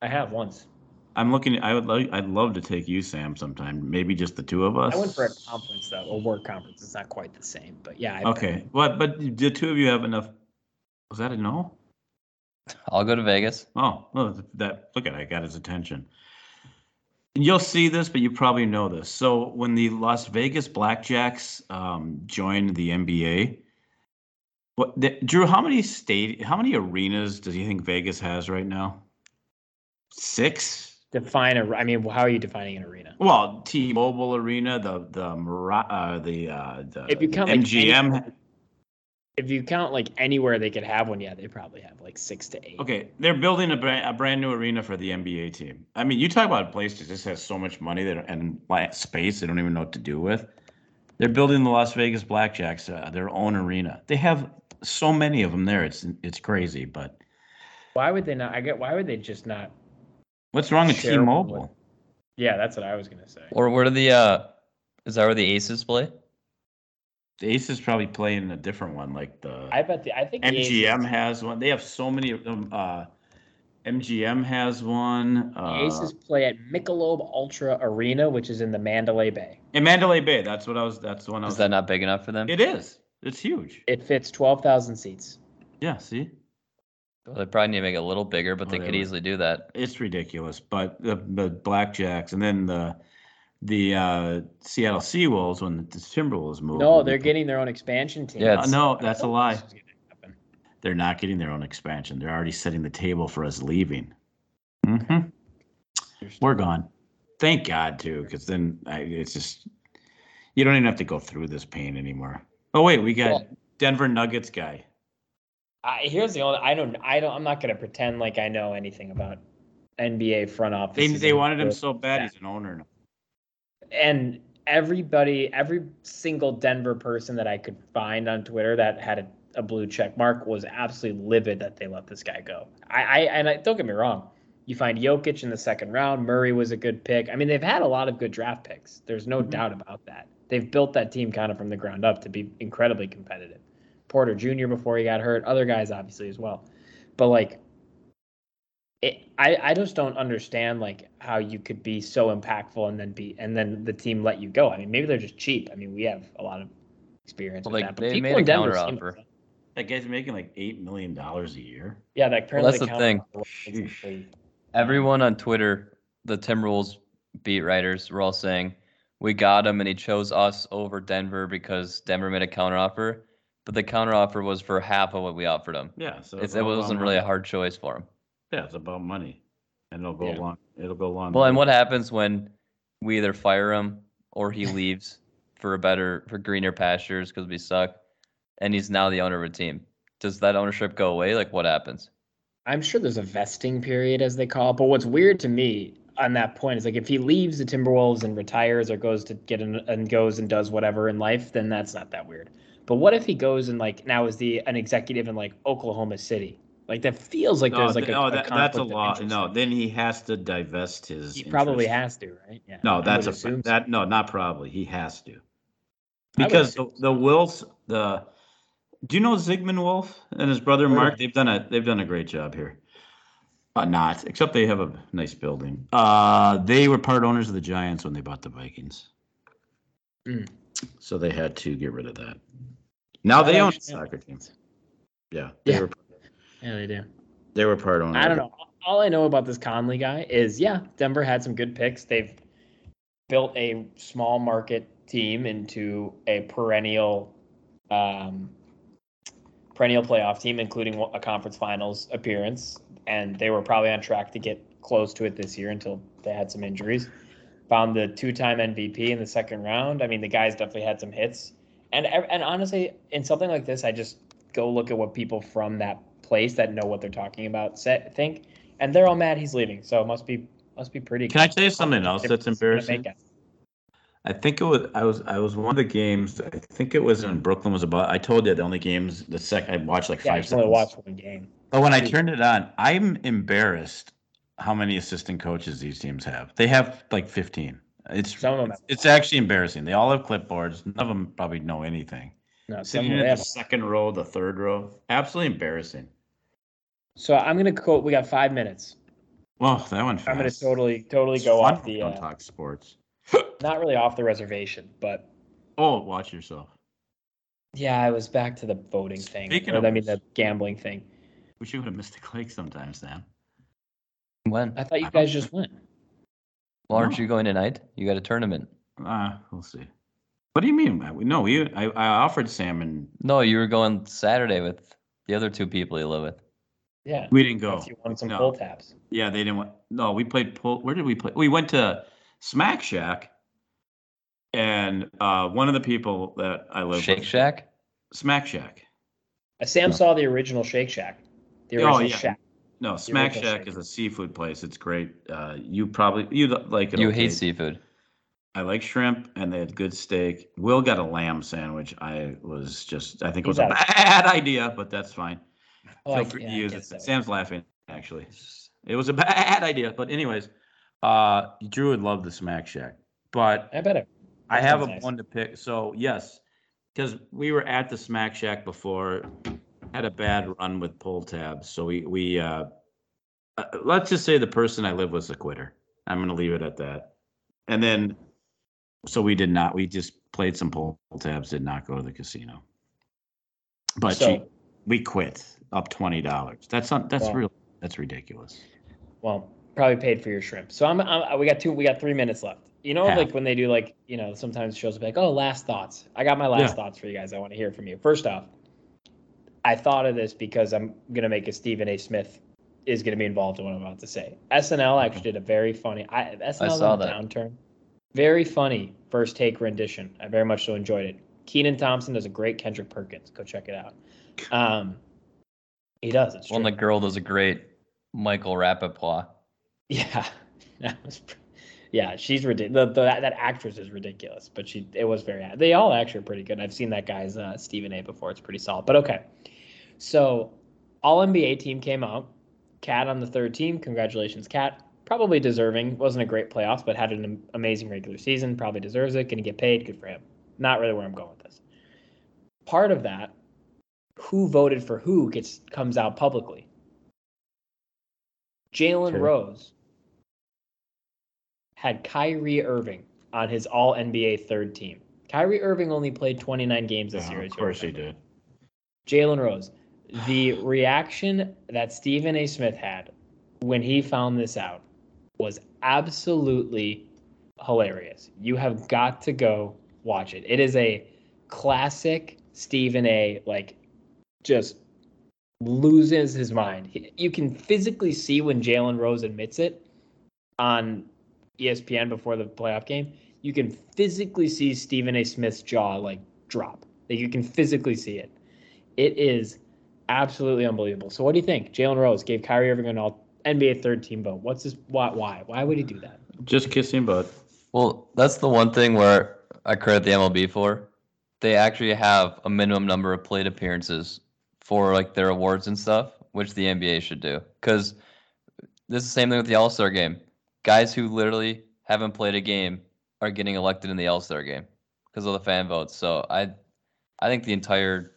Speaker 1: I have once.
Speaker 3: I'm looking. I would. Lo- I'd love to take you, Sam, sometime. Maybe just the two of us.
Speaker 1: I went for a conference though, a work conference. It's not quite the same, but yeah. I've been.
Speaker 3: Okay, but but the two of you have enough. Was that a no?
Speaker 4: I'll go to Vegas.
Speaker 3: Oh, well, that look at I got his attention. You'll see this, but you probably know this. So when the Las Vegas Blackjacks um, joined the NBA, what the, Drew? How many state? How many arenas does you think Vegas has right now? Six.
Speaker 1: Define a. I mean, how are you defining an arena?
Speaker 3: Well, T-Mobile Arena, the the Mara- uh, the, uh, the
Speaker 1: If you count, like,
Speaker 3: MGM.
Speaker 1: any- if you count like anywhere they could have one, yeah, they probably have like six to eight.
Speaker 3: Okay, they're building a brand, a brand new arena for the NBA team. I mean, you talk about a place that just has so much money that and la- space they don't even know what to do with. They're building the Las Vegas Blackjacks uh, their own arena. They have so many of them there. It's it's crazy. But
Speaker 1: Why would they not? I get. Why would they just not?
Speaker 3: what's wrong with
Speaker 1: Sure.
Speaker 3: T-Mobile?
Speaker 1: Yeah, that's what I was gonna say.
Speaker 4: Or where do the uh is that where the Aces play?
Speaker 3: The Aces probably playing a different one, like the
Speaker 1: I bet the. I think the A's-
Speaker 3: MGM has one. They have so many of them. Uh, MGM has one.
Speaker 1: The
Speaker 3: Uh,
Speaker 1: Aces play at Michelob Ultra Arena, which is in the Mandalay Bay.
Speaker 3: in Mandalay Bay. That's what I was. That's the one I was.
Speaker 4: Is that not big enough for them?
Speaker 3: it is. It's huge.
Speaker 1: It fits twelve thousand seats.
Speaker 3: Yeah. See.
Speaker 4: Well, they probably need to make it a little bigger, but they could
Speaker 3: Whatever.
Speaker 4: easily do that.
Speaker 3: it's ridiculous. But the, the blackjacks and then the the uh, Seattle Seawolves when the Timberwolves moved.
Speaker 1: No,
Speaker 3: will be
Speaker 1: they're
Speaker 3: put-
Speaker 1: getting their own expansion team.
Speaker 4: Yeah,
Speaker 3: Uh,
Speaker 4: it's-
Speaker 3: no, that's a lie.
Speaker 1: This is gonna happen.
Speaker 3: They're not getting their own expansion. They're already setting the table for us leaving. hmm We're gone. Thank God too, because then I, it's just you don't even have to go through this pain anymore. Oh wait, we got
Speaker 1: Well-
Speaker 3: Denver Nuggets guy.
Speaker 1: I, here's the only. I don't. I don't. I'm not gonna pretend like I know anything about NBA front office.
Speaker 3: They they wanted him so bad. He's an owner. now.
Speaker 1: and everybody every single denver person that i could find on twitter that had a, a blue check mark was absolutely livid that they let this guy go i, I and I, don't get me wrong you find Jokic in the second round. Murray was a good pick. I mean, they've had a lot of good draft picks. There's no
Speaker 4: Mm-hmm.
Speaker 3: Mhm.
Speaker 1: doubt about that. They've built that team kind of from the ground up to be incredibly competitive. Porter Jr. before he got hurt, other guys obviously as well. But like, it, I, I just don't understand like how you could be so impactful and then be and then the team let you go. I mean, maybe they're just cheap. I mean, we have a lot of experience
Speaker 4: Well,
Speaker 1: with
Speaker 4: they-
Speaker 1: that. But
Speaker 4: they
Speaker 1: people
Speaker 4: made a
Speaker 1: in Denver
Speaker 4: counteroffer.
Speaker 1: seem like-
Speaker 3: That guy's making like eight million dollars a year.
Speaker 1: Yeah, like apparently
Speaker 4: that's
Speaker 1: they
Speaker 4: the thing.
Speaker 1: counteroffer was basically-
Speaker 4: Everyone on Twitter, the Timberwolves beat writers, were all saying, "We got him, and he chose us over Denver because Denver made a counteroffer." But the counteroffer was for half of what we offered him.
Speaker 3: Yeah, so
Speaker 4: It's,
Speaker 3: all
Speaker 4: it
Speaker 3: about
Speaker 4: wasn't really
Speaker 3: money.
Speaker 4: a hard choice for him.
Speaker 3: Yeah, it's about money, and it'll go
Speaker 1: Yeah.
Speaker 3: long. It'll go long.
Speaker 4: Well, and what happens when we either fire him or he leaves for a better, for greener pastures because we suck, and he's now the owner of a team? Does that ownership go away? Like, what happens?
Speaker 1: I'm sure there's a vesting period as they call it. But what's weird to me on that point is like if he leaves the Timberwolves and retires or goes to get an, and goes and does whatever in life, then that's not that weird. But what if he goes and like now is the an executive in like Oklahoma City? Like that feels like
Speaker 3: No,
Speaker 1: there's like
Speaker 3: th-
Speaker 1: a,
Speaker 3: no,
Speaker 1: a
Speaker 3: that- that's a
Speaker 1: conflict of
Speaker 3: law.
Speaker 1: interest.
Speaker 3: No, then he has to divest his.
Speaker 1: he probably
Speaker 3: interest.
Speaker 1: has to, right? Yeah. I
Speaker 3: No,
Speaker 1: would
Speaker 3: that's a
Speaker 1: assume so.
Speaker 3: that no, not probably. He has to.
Speaker 1: I would
Speaker 3: Because the,
Speaker 1: assume
Speaker 3: the Wills the do you know Zygmunt Wolf and his brother
Speaker 1: Heard of
Speaker 3: Mark?
Speaker 1: him.
Speaker 3: They've done a they've done a great job here. Uh, not except they have a nice building. Uh they were part owners of the Giants when they bought the Vikings.
Speaker 1: Mm.
Speaker 3: So they had to get rid of that. Now
Speaker 1: That
Speaker 3: they own a
Speaker 1: actually-
Speaker 3: soccer team. Yeah. They
Speaker 1: Yeah.
Speaker 3: were
Speaker 1: Yeah, they do.
Speaker 3: they were part owner.
Speaker 1: I
Speaker 3: of
Speaker 1: don't
Speaker 3: it.
Speaker 1: know. All I know about this Conley guy is, yeah, Denver had some good picks. They've built a small market team into a perennial, um, perennial playoff team, including a conference finals appearance, and they were probably on track to get close to it this year until they had some injuries. Found the two-time MVP in the second round. I mean, the guy's definitely had some hits, and ev- and honestly, in something like this, I just go look at what people from that place that know what they're talking about say, think, and they're all mad he's leaving. So it must be must be pretty.
Speaker 3: Can I tell you something else
Speaker 1: difference
Speaker 3: that's
Speaker 1: to
Speaker 3: embarrassing?
Speaker 1: make it.
Speaker 3: I think it was I was I was one of the games. I think it was in Brooklyn. Was about I told you the only games the second I watched like
Speaker 1: Yeah, I
Speaker 3: five
Speaker 1: just only
Speaker 3: seconds.
Speaker 1: watched one game.
Speaker 3: But when I turned it on, I'm embarrassed how many assistant coaches these teams have. They have like 15. It's
Speaker 1: Some of them. Have,
Speaker 3: it's actually embarrassing. They all have clipboards. None of them probably know anything.
Speaker 1: no, some of
Speaker 3: Sitting in
Speaker 1: them
Speaker 3: the
Speaker 1: have.
Speaker 3: second row, the third row, absolutely embarrassing.
Speaker 1: So I'm gonna quote. We got five minutes.
Speaker 3: Well, that one. Fast.
Speaker 1: I'm gonna totally totally
Speaker 3: It's
Speaker 1: go
Speaker 3: fun
Speaker 1: off
Speaker 3: when we
Speaker 1: the
Speaker 3: Don't
Speaker 1: uh,
Speaker 3: talk sports.
Speaker 1: not really off the reservation, but
Speaker 3: Oh, watch yourself.
Speaker 1: yeah, I was back to the voting thing.
Speaker 3: Speaking
Speaker 1: or,
Speaker 3: of
Speaker 1: I mean
Speaker 3: which-
Speaker 1: the gambling thing.
Speaker 3: Wish you would have missed the click sometimes, Sam.
Speaker 4: When?
Speaker 1: I thought you
Speaker 3: I don't
Speaker 1: guys just went.
Speaker 4: Well, aren't
Speaker 3: No.
Speaker 4: you going tonight? You got a tournament.
Speaker 3: Uh, we'll see. What do you mean? No, we. I, I offered Sam and
Speaker 4: No, you were going Saturday with the other two people you live with.
Speaker 1: Yeah.
Speaker 3: we didn't go.
Speaker 1: Once You won some
Speaker 3: No.
Speaker 1: pull taps.
Speaker 3: Yeah, they didn't want. No, we played pool. Where did we play? We went to Smack Shack, and uh, one of the people that I live
Speaker 4: Shake
Speaker 3: with,
Speaker 4: Shack?
Speaker 3: Smack Shack.
Speaker 1: Uh, Sam
Speaker 3: No.
Speaker 1: saw the original Shake Shack. The
Speaker 3: Oh,
Speaker 1: original
Speaker 3: yeah.
Speaker 1: Shack.
Speaker 3: No, Smack
Speaker 1: original
Speaker 3: Shack
Speaker 1: Shake.
Speaker 3: is a seafood place. It's great. Uh, you probably you like it.
Speaker 4: You
Speaker 3: okay.
Speaker 4: hate seafood.
Speaker 3: I like shrimp, and they had good steak. Will got a lamb sandwich. I was just. I think it
Speaker 1: He's
Speaker 3: was a
Speaker 1: out of-
Speaker 3: bad idea, but that's fine.
Speaker 1: Oh,
Speaker 3: Feel
Speaker 1: I-
Speaker 3: free
Speaker 1: yeah,
Speaker 3: to
Speaker 1: I
Speaker 3: use it.
Speaker 1: guess so.
Speaker 3: Sam's laughing, actually. It was a bad idea. But anyways, uh Drew would love the Smack Shack. But
Speaker 1: I bet it.
Speaker 3: I
Speaker 1: That
Speaker 3: have a
Speaker 1: sounds nice.
Speaker 3: one to pick. So yes, because we were at the Smack Shack before, had a bad run with pull tabs. So we we uh, uh let's just say the person I live with is a quitter. I'm gonna leave it at that. And then so we did not. We just played some pull tabs. Did not go to the casino. But
Speaker 1: So-
Speaker 3: she- we quit up twenty dollars. That's not. That's
Speaker 1: Wow.
Speaker 3: real. That's ridiculous.
Speaker 1: Well, probably paid for your shrimp. So I'm, I'm we got two we got three minutes left. You know,
Speaker 3: Half.
Speaker 1: like when they do like you know sometimes shows will be like, oh, last thoughts. I got my last
Speaker 3: Yeah.
Speaker 1: thoughts for you guys. I want to hear from you. First off, I thought of this because I'm gonna make a Stephen A. Smith is gonna be involved in what I'm about to say. SNL actually did a very funny. I SNL
Speaker 4: saw
Speaker 1: on a
Speaker 4: that.
Speaker 1: downturn. Very funny first take rendition. I very much so enjoyed it. Keenan Thompson does a great Kendrick Perkins. Go check it out. Um, he does. It's
Speaker 4: Well, and
Speaker 1: true.
Speaker 4: the girl does a great Michael Rapaport.
Speaker 1: Yeah, that was. pr- Yeah, she's ridiculous. The, the, that, that actress is ridiculous, but she it was very. They all actually are pretty good. I've seen that guy's uh, Stephen A. before. It's pretty solid. But okay, so all NBA team came out. Cat on the third team. Congratulations, Cat. Probably deserving. Wasn't a great playoffs, but had an am- amazing regular season. Probably deserves it. Going to get paid. Good for him. Not really where I'm going with this. Part of that, who voted for who gets comes out publicly. Jalen
Speaker 6: Okay.
Speaker 1: Rose had Kyrie Irving on his All NBA third team. Kyrie Irving only played 29 games this year.
Speaker 3: of
Speaker 1: as you
Speaker 3: course he
Speaker 1: remember.
Speaker 3: did.
Speaker 1: Jalen Rose. The reaction that Stephen A. Smith had when he found this out was absolutely hilarious. You have got to go watch it. It is a classic Stephen A. like just loses his mind. He- You can physically see when Jalen Rose admits it on E ESPN before the playoff game. You can physically see Stephen A. Smith's jaw like drop. Like you can physically see it. It is absolutely unbelievable. So what do you think? Jalen Rose gave Kyrie Irving an all NBA third team vote. What's his why why? Why would he do that?
Speaker 3: Just kissing butt.
Speaker 4: Well, that's the one thing where I credit the MLB for. They actually have a minimum number of plate appearances for like their awards and stuff, which the NBA should do. Because this is the same thing with the All Star game. Guys who literally haven't played a game are getting elected in the All Star game because of the fan votes. So I, I think the entire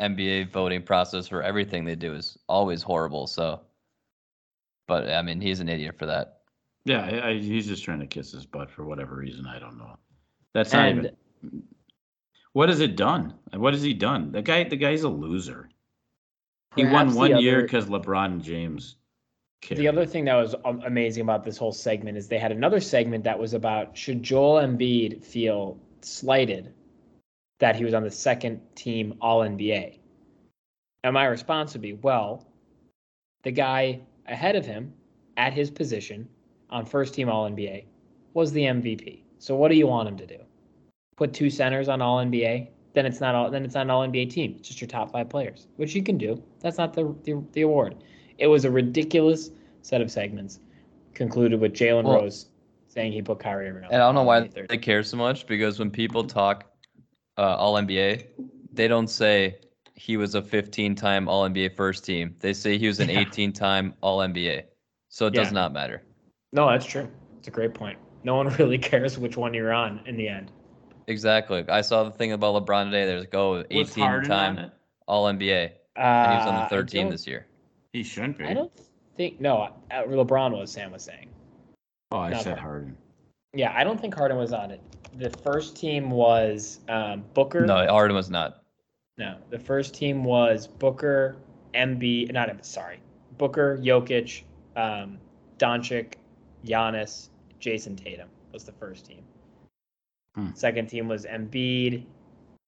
Speaker 4: NBA voting process for everything they do is always horrible. So, but I mean, he's an idiot for that.
Speaker 3: Yeah, I, I, he's just trying to kiss his butt for whatever reason. I don't know. That's not
Speaker 1: And-
Speaker 3: even. What has it done? What has he done? The guy, the guy's a loser. He
Speaker 1: Perhaps
Speaker 3: won
Speaker 1: the
Speaker 3: one year
Speaker 1: other-
Speaker 3: because LeBron James. Cared.
Speaker 1: The other thing that was um, amazing about this whole segment is they had another segment that was about should Joel Embiid feel slighted that he was on the second team All NBA? And my response would be, well, the guy ahead of him at his position on first team All NBA was the MVP. So what do you want him to do? Put two centers on All NBA? Then it's not all. Then it's not an All NBA team. It's just your top five players, which you can do. That's not the the, the award. It was a ridiculous set of segments, concluded with Jalen
Speaker 4: Well-
Speaker 1: Rose saying he put Kyrie Irving. on
Speaker 4: And I don't know
Speaker 1: the
Speaker 4: why
Speaker 1: 23rd.
Speaker 4: they care so much because when people talk uh, All NBA, they don't say he was a 15 time All NBA first team. They say he was an
Speaker 1: Yeah.
Speaker 4: 18 time All NBA. So it
Speaker 1: Yeah.
Speaker 4: does not matter.
Speaker 1: No, that's true. It's a great point. No one really cares which one you're on in the end.
Speaker 4: Exactly. I saw the thing about LeBron today. There's go
Speaker 3: Was
Speaker 4: 18
Speaker 3: Harden on
Speaker 4: time
Speaker 3: it?
Speaker 4: All NBA.
Speaker 1: Uh,
Speaker 4: And he was on the
Speaker 1: I
Speaker 4: third team
Speaker 1: don't-
Speaker 4: this year.
Speaker 3: He shouldn't be.
Speaker 1: I don't think no. uh, LeBron was Sam was saying.
Speaker 3: oh, I
Speaker 1: not
Speaker 3: said
Speaker 1: Harden.
Speaker 3: Harden.
Speaker 1: Yeah, I don't think Harden was on it. The first team was um, Booker.
Speaker 4: No, Harden was not.
Speaker 1: No, the first team was Booker, MB, not MB, sorry, Booker, Jokic, um, Doncic, Giannis, Jason Tatum was the first team.
Speaker 3: Hmm.
Speaker 1: Second team was Embiid,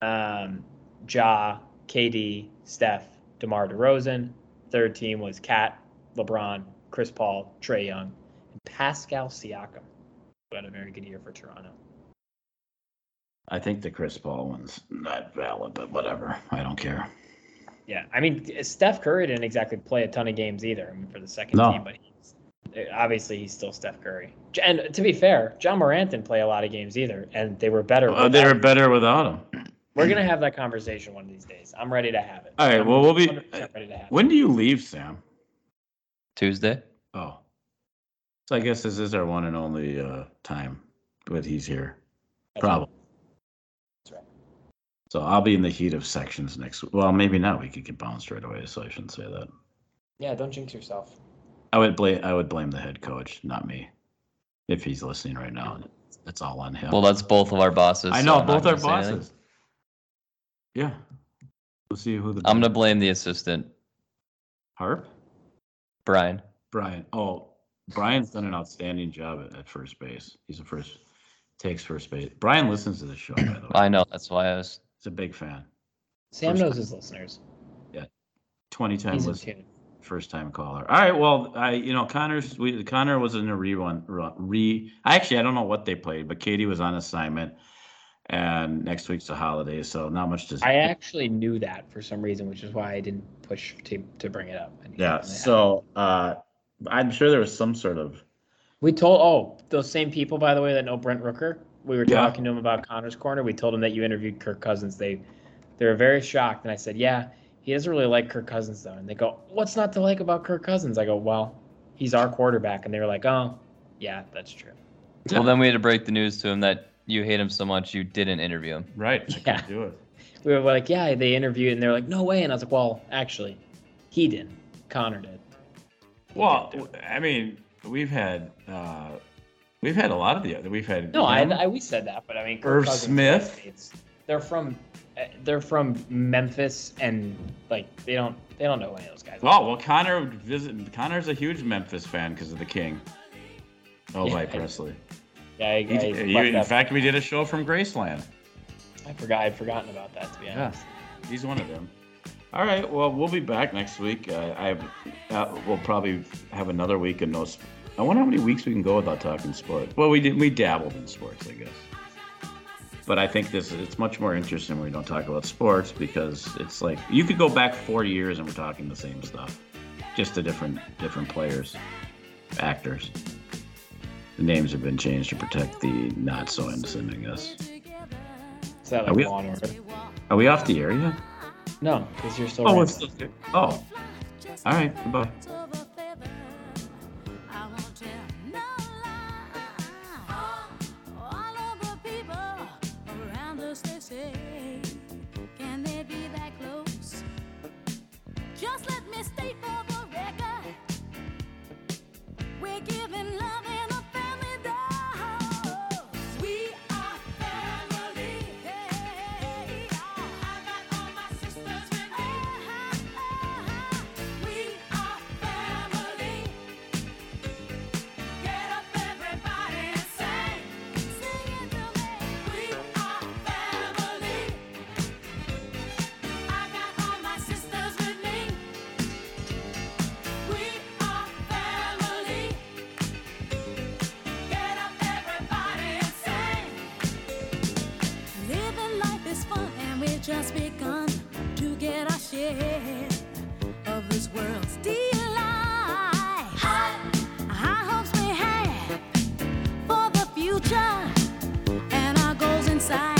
Speaker 1: um, Ja, KD, Steph, DeMar DeRozan. Third team was Kat, LeBron, Chris Paul, Trey Young, and Pascal Siakam, who had a very good year for Toronto.
Speaker 3: I think the Chris Paul one's not valid, but whatever. I don't care.
Speaker 1: Yeah, I mean Steph Curry didn't exactly play a ton of games either. I mean for the second
Speaker 3: No.
Speaker 1: team, but he's, eh, obviously he's still Steph Curry. J- And to be fair, John Morant didn't play a lot of games either, and they were better.
Speaker 3: Uh, they were
Speaker 1: without-
Speaker 3: better without him.
Speaker 1: We're gonna have that conversation one of these days. I'm ready to have it.
Speaker 3: All right,
Speaker 1: I'm
Speaker 3: well, we'll be- uh,
Speaker 1: 100% ready to have it.
Speaker 3: When do you leave, Sam?
Speaker 4: Tuesday.
Speaker 3: Oh, so I guess this is our one and only uh, time, but he's here.
Speaker 1: That's
Speaker 3: Probably.
Speaker 1: That's right.
Speaker 3: So I'll be in the heat of sections next. Well, maybe not. We could get bounced right away, so I shouldn't say that.
Speaker 1: Yeah, don't jinx yourself.
Speaker 3: I would blame. I would blame the head coach, not me, if he's listening right now. That's all on him.
Speaker 4: Well, that's both of our bosses.
Speaker 3: I
Speaker 4: so
Speaker 3: know
Speaker 4: I'm not
Speaker 3: both our
Speaker 4: gonna say anything.
Speaker 3: bosses. Yeah, we'll see who the.
Speaker 4: I'm going to blame the assistant,
Speaker 3: harp.
Speaker 4: Brian.
Speaker 3: Brian. Oh, Brian's done an outstanding job at, at first base. He's a first takes first base. Brian listens to the show, by the way.
Speaker 4: I know. That's why I was.
Speaker 3: He's a big fan.
Speaker 1: Sam
Speaker 3: First-
Speaker 1: knows his listeners.
Speaker 3: Twenty
Speaker 1: He's
Speaker 3: times
Speaker 1: in
Speaker 3: listen.
Speaker 1: tune.
Speaker 3: first time caller. All right. Well, I you know Connor's we Connor was in a rerun ru- re. Actually, I don't know what they played, but Katie was on assignment, and next week's a holiday, so not much to.
Speaker 1: I actually knew that for some reason, which is why I didn't push to to bring it up. And he-
Speaker 3: yeah.
Speaker 1: and I-
Speaker 3: So uh, I'm sure there was some sort of
Speaker 1: We told oh those same people by the way that know Brent Rooker. We were
Speaker 3: Yeah.
Speaker 1: talking to him about Connor's corner. We told him that you interviewed Kirk Cousins. They they were very shocked, and I said, yeah, he doesn't really like Kirk Cousins though. And they go, what's not to like about Kirk Cousins? I go, well, he's our quarterback, and they were like, oh, yeah, that's true.
Speaker 4: Well, then we had to break the news to him that you hate him so much you didn't interview him.
Speaker 3: right. I
Speaker 1: Yeah.
Speaker 3: can do it.
Speaker 1: We were like, yeah, they interviewed, and they're like, no way. And I was like, well, actually, he didn't. Connor did.
Speaker 3: Well, I mean, we've had uh, we've had a lot of the other. We've had
Speaker 1: No,
Speaker 3: you
Speaker 1: I,
Speaker 3: know,
Speaker 1: I we said that, but I mean, Kirk
Speaker 3: Irv
Speaker 1: Cousins,
Speaker 3: Smith.
Speaker 1: It's, they're from uh, they're from Memphis, and like they don't they don't know any of those guys.
Speaker 3: Oh well, Connor visit. Connor's a huge Memphis fan because of the King. Oh,
Speaker 1: Yeah,
Speaker 3: by
Speaker 1: I-
Speaker 3: Presley.
Speaker 1: yeah, I,
Speaker 3: He-
Speaker 1: I
Speaker 3: he-
Speaker 1: left
Speaker 3: in
Speaker 1: that-
Speaker 3: fact, we did a show from Graceland.
Speaker 1: I forgot I'd forgotten about that to be
Speaker 3: Yeah.
Speaker 1: honest.
Speaker 3: He's one of them. All right. Well, we'll be back next week. Uh, I uh, we'll probably have another week of no. Sp- I wonder how many weeks we can go without talking sports. Well, we did. We dabbled in sports, I guess. But I think this it's much more interesting when we don't talk about sports because it's like you could go back four years and we're talking the same stuff, just the different different players, actors. The names have been changed to protect the not so innocent, I guess.
Speaker 1: Is that
Speaker 3: Are
Speaker 1: like
Speaker 3: we-
Speaker 1: Law and Order?
Speaker 3: Are we off the air yet?
Speaker 1: No, because you're still.
Speaker 3: Oh,
Speaker 1: rambling.
Speaker 3: it's still there. Oh. All right. Goodbye.
Speaker 7: I won't tell no lie. All of the people around us, they say, Can they be that close? Just let me state for the record. We're giving love and a family dose. We are family. Hey, I got all my sisters with me. We are family. Get up, everybody, and sing. Sing it to me. We are family. I got all my sisters with me. We are family. Get up, everybody, and sing. Living life is fun, and we've just begun to get our share of this world's delight. High hopes we have for the future, and our goals inside. Oh,